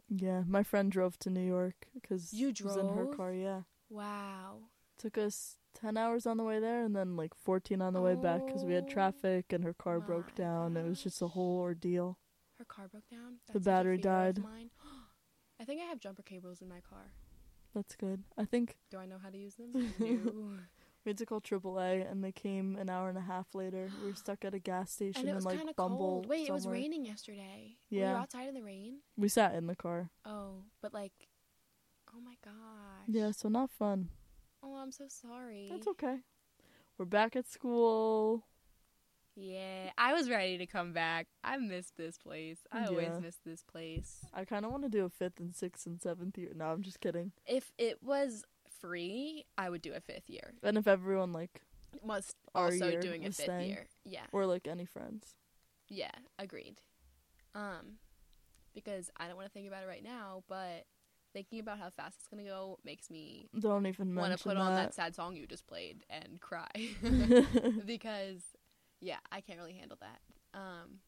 [SPEAKER 2] yeah, my friend drove to New York because
[SPEAKER 1] You
[SPEAKER 2] was in her
[SPEAKER 1] drove?
[SPEAKER 2] car. Yeah,
[SPEAKER 1] Wow.
[SPEAKER 2] took us ten hours on the way there and then like fourteen on the way back because we had
[SPEAKER 1] Oh
[SPEAKER 2] traffic and her car broke
[SPEAKER 1] my
[SPEAKER 2] down. It was just a whole ordeal.
[SPEAKER 1] Her car broke down.
[SPEAKER 2] The
[SPEAKER 1] such a
[SPEAKER 2] battery
[SPEAKER 1] fear of
[SPEAKER 2] died.
[SPEAKER 1] mine. I think I have jumper cables in my car.
[SPEAKER 2] That's good. I think
[SPEAKER 1] Do I know how to use them? No.
[SPEAKER 2] we had to call AAA and they came an hour and a half later. We were stuck at a gas station
[SPEAKER 1] and it
[SPEAKER 2] in
[SPEAKER 1] was kind
[SPEAKER 2] like
[SPEAKER 1] of
[SPEAKER 2] Bumble.
[SPEAKER 1] cold. Wait, it was
[SPEAKER 2] somewhere.
[SPEAKER 1] raining yesterday. Were
[SPEAKER 2] Yeah.
[SPEAKER 1] you outside in the rain?
[SPEAKER 2] We sat in the car.
[SPEAKER 1] Oh, but like, oh my gosh.
[SPEAKER 2] Yeah, so not fun.
[SPEAKER 1] Oh, I'm so sorry.
[SPEAKER 2] That's okay. We're back at school.
[SPEAKER 1] Yeah, I was ready to come back. I missed this place. I
[SPEAKER 2] Yeah.
[SPEAKER 1] always miss this place.
[SPEAKER 2] I kind of want to do a fifth and sixth and seventh year. No, I'm just kidding.
[SPEAKER 1] If it was free, I would do a fifth year.
[SPEAKER 2] And if everyone like
[SPEAKER 1] Must
[SPEAKER 2] Our
[SPEAKER 1] also
[SPEAKER 2] year
[SPEAKER 1] doing a
[SPEAKER 2] was
[SPEAKER 1] fifth
[SPEAKER 2] staying.
[SPEAKER 1] year. Yeah.
[SPEAKER 2] or like any friends.
[SPEAKER 1] Yeah, agreed. Um, because I don't want to think about it right now, but thinking about how fast it's gonna go makes me
[SPEAKER 2] Don't even mention
[SPEAKER 1] want to put on that sad song you just played and cry because, yeah, I can't really handle that. Um,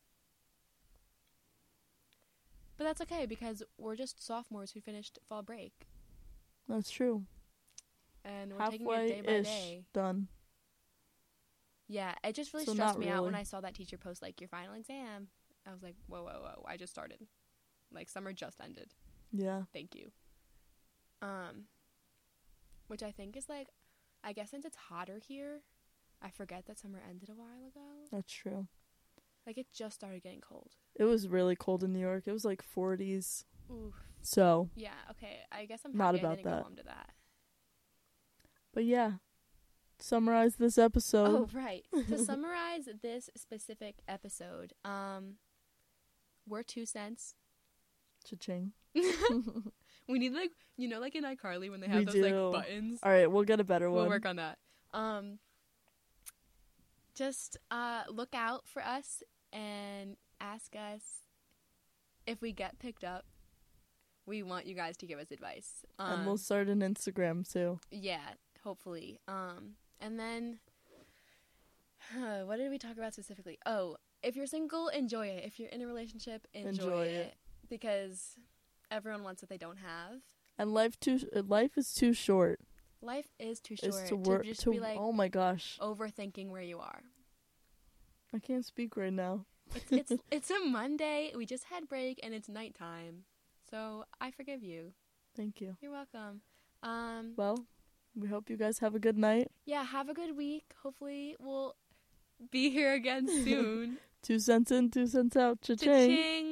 [SPEAKER 1] but that's okay because we're just sophomores who finished fall break
[SPEAKER 2] That's true.
[SPEAKER 1] and we're taking it day
[SPEAKER 2] Halfway
[SPEAKER 1] by
[SPEAKER 2] ish
[SPEAKER 1] day.
[SPEAKER 2] done.
[SPEAKER 1] Yeah, it just really
[SPEAKER 2] So
[SPEAKER 1] stressed
[SPEAKER 2] not
[SPEAKER 1] me out when
[SPEAKER 2] really.
[SPEAKER 1] I saw that teacher post like your final exam. I was like, whoa, whoa, whoa! I just started. Like summer just ended.
[SPEAKER 2] Yeah.
[SPEAKER 1] thank you. Um, which I think is like I guess since it's hotter here, I forget that summer ended a while ago.
[SPEAKER 2] That's true.
[SPEAKER 1] Like it just started getting cold.
[SPEAKER 2] It was really cold in New York. It was like 40s.
[SPEAKER 1] Oof.
[SPEAKER 2] So,
[SPEAKER 1] Yeah. Okay. I guess I'm
[SPEAKER 2] Not
[SPEAKER 1] happy I
[SPEAKER 2] about
[SPEAKER 1] didn't
[SPEAKER 2] that.
[SPEAKER 1] go home to that.
[SPEAKER 2] but yeah. Summarize this episode.
[SPEAKER 1] Oh, right. to summarize this specific episode, um, we're two cents.
[SPEAKER 2] Cha-ching.
[SPEAKER 1] We need like you know like in iCarly when they
[SPEAKER 2] We
[SPEAKER 1] have those
[SPEAKER 2] do.
[SPEAKER 1] like buttons.
[SPEAKER 2] All right, we'll get a better
[SPEAKER 1] We'll
[SPEAKER 2] one.
[SPEAKER 1] work on that. Um, just uh, look out for us and ask us if we get picked up. We want you guys to give us advice. Um,
[SPEAKER 2] and we'll start an Instagram too.
[SPEAKER 1] yeah, hopefully. Um, and then, huh, what did we talk about specifically? Oh, if you're single, enjoy it. If you're in a relationship, enjoy,
[SPEAKER 2] Enjoy
[SPEAKER 1] it.
[SPEAKER 2] it.
[SPEAKER 1] because everyone wants what they don't have.
[SPEAKER 2] And life too uh, life is too short.
[SPEAKER 1] Life is too short
[SPEAKER 2] Is to work
[SPEAKER 1] just
[SPEAKER 2] to
[SPEAKER 1] be like
[SPEAKER 2] Oh my gosh.
[SPEAKER 1] overthinking where you are.
[SPEAKER 2] I can't speak right now.
[SPEAKER 1] It's it's it's a Monday. We just had break and it's nighttime, so I forgive you.
[SPEAKER 2] Thank you.
[SPEAKER 1] You're welcome. Um,
[SPEAKER 2] Well, we hope you guys have a good night.
[SPEAKER 1] yeah, have a good week. Hopefully, we'll be here again soon.
[SPEAKER 2] Two cents in, two cents out. Cha-ching.
[SPEAKER 1] Cha-ching.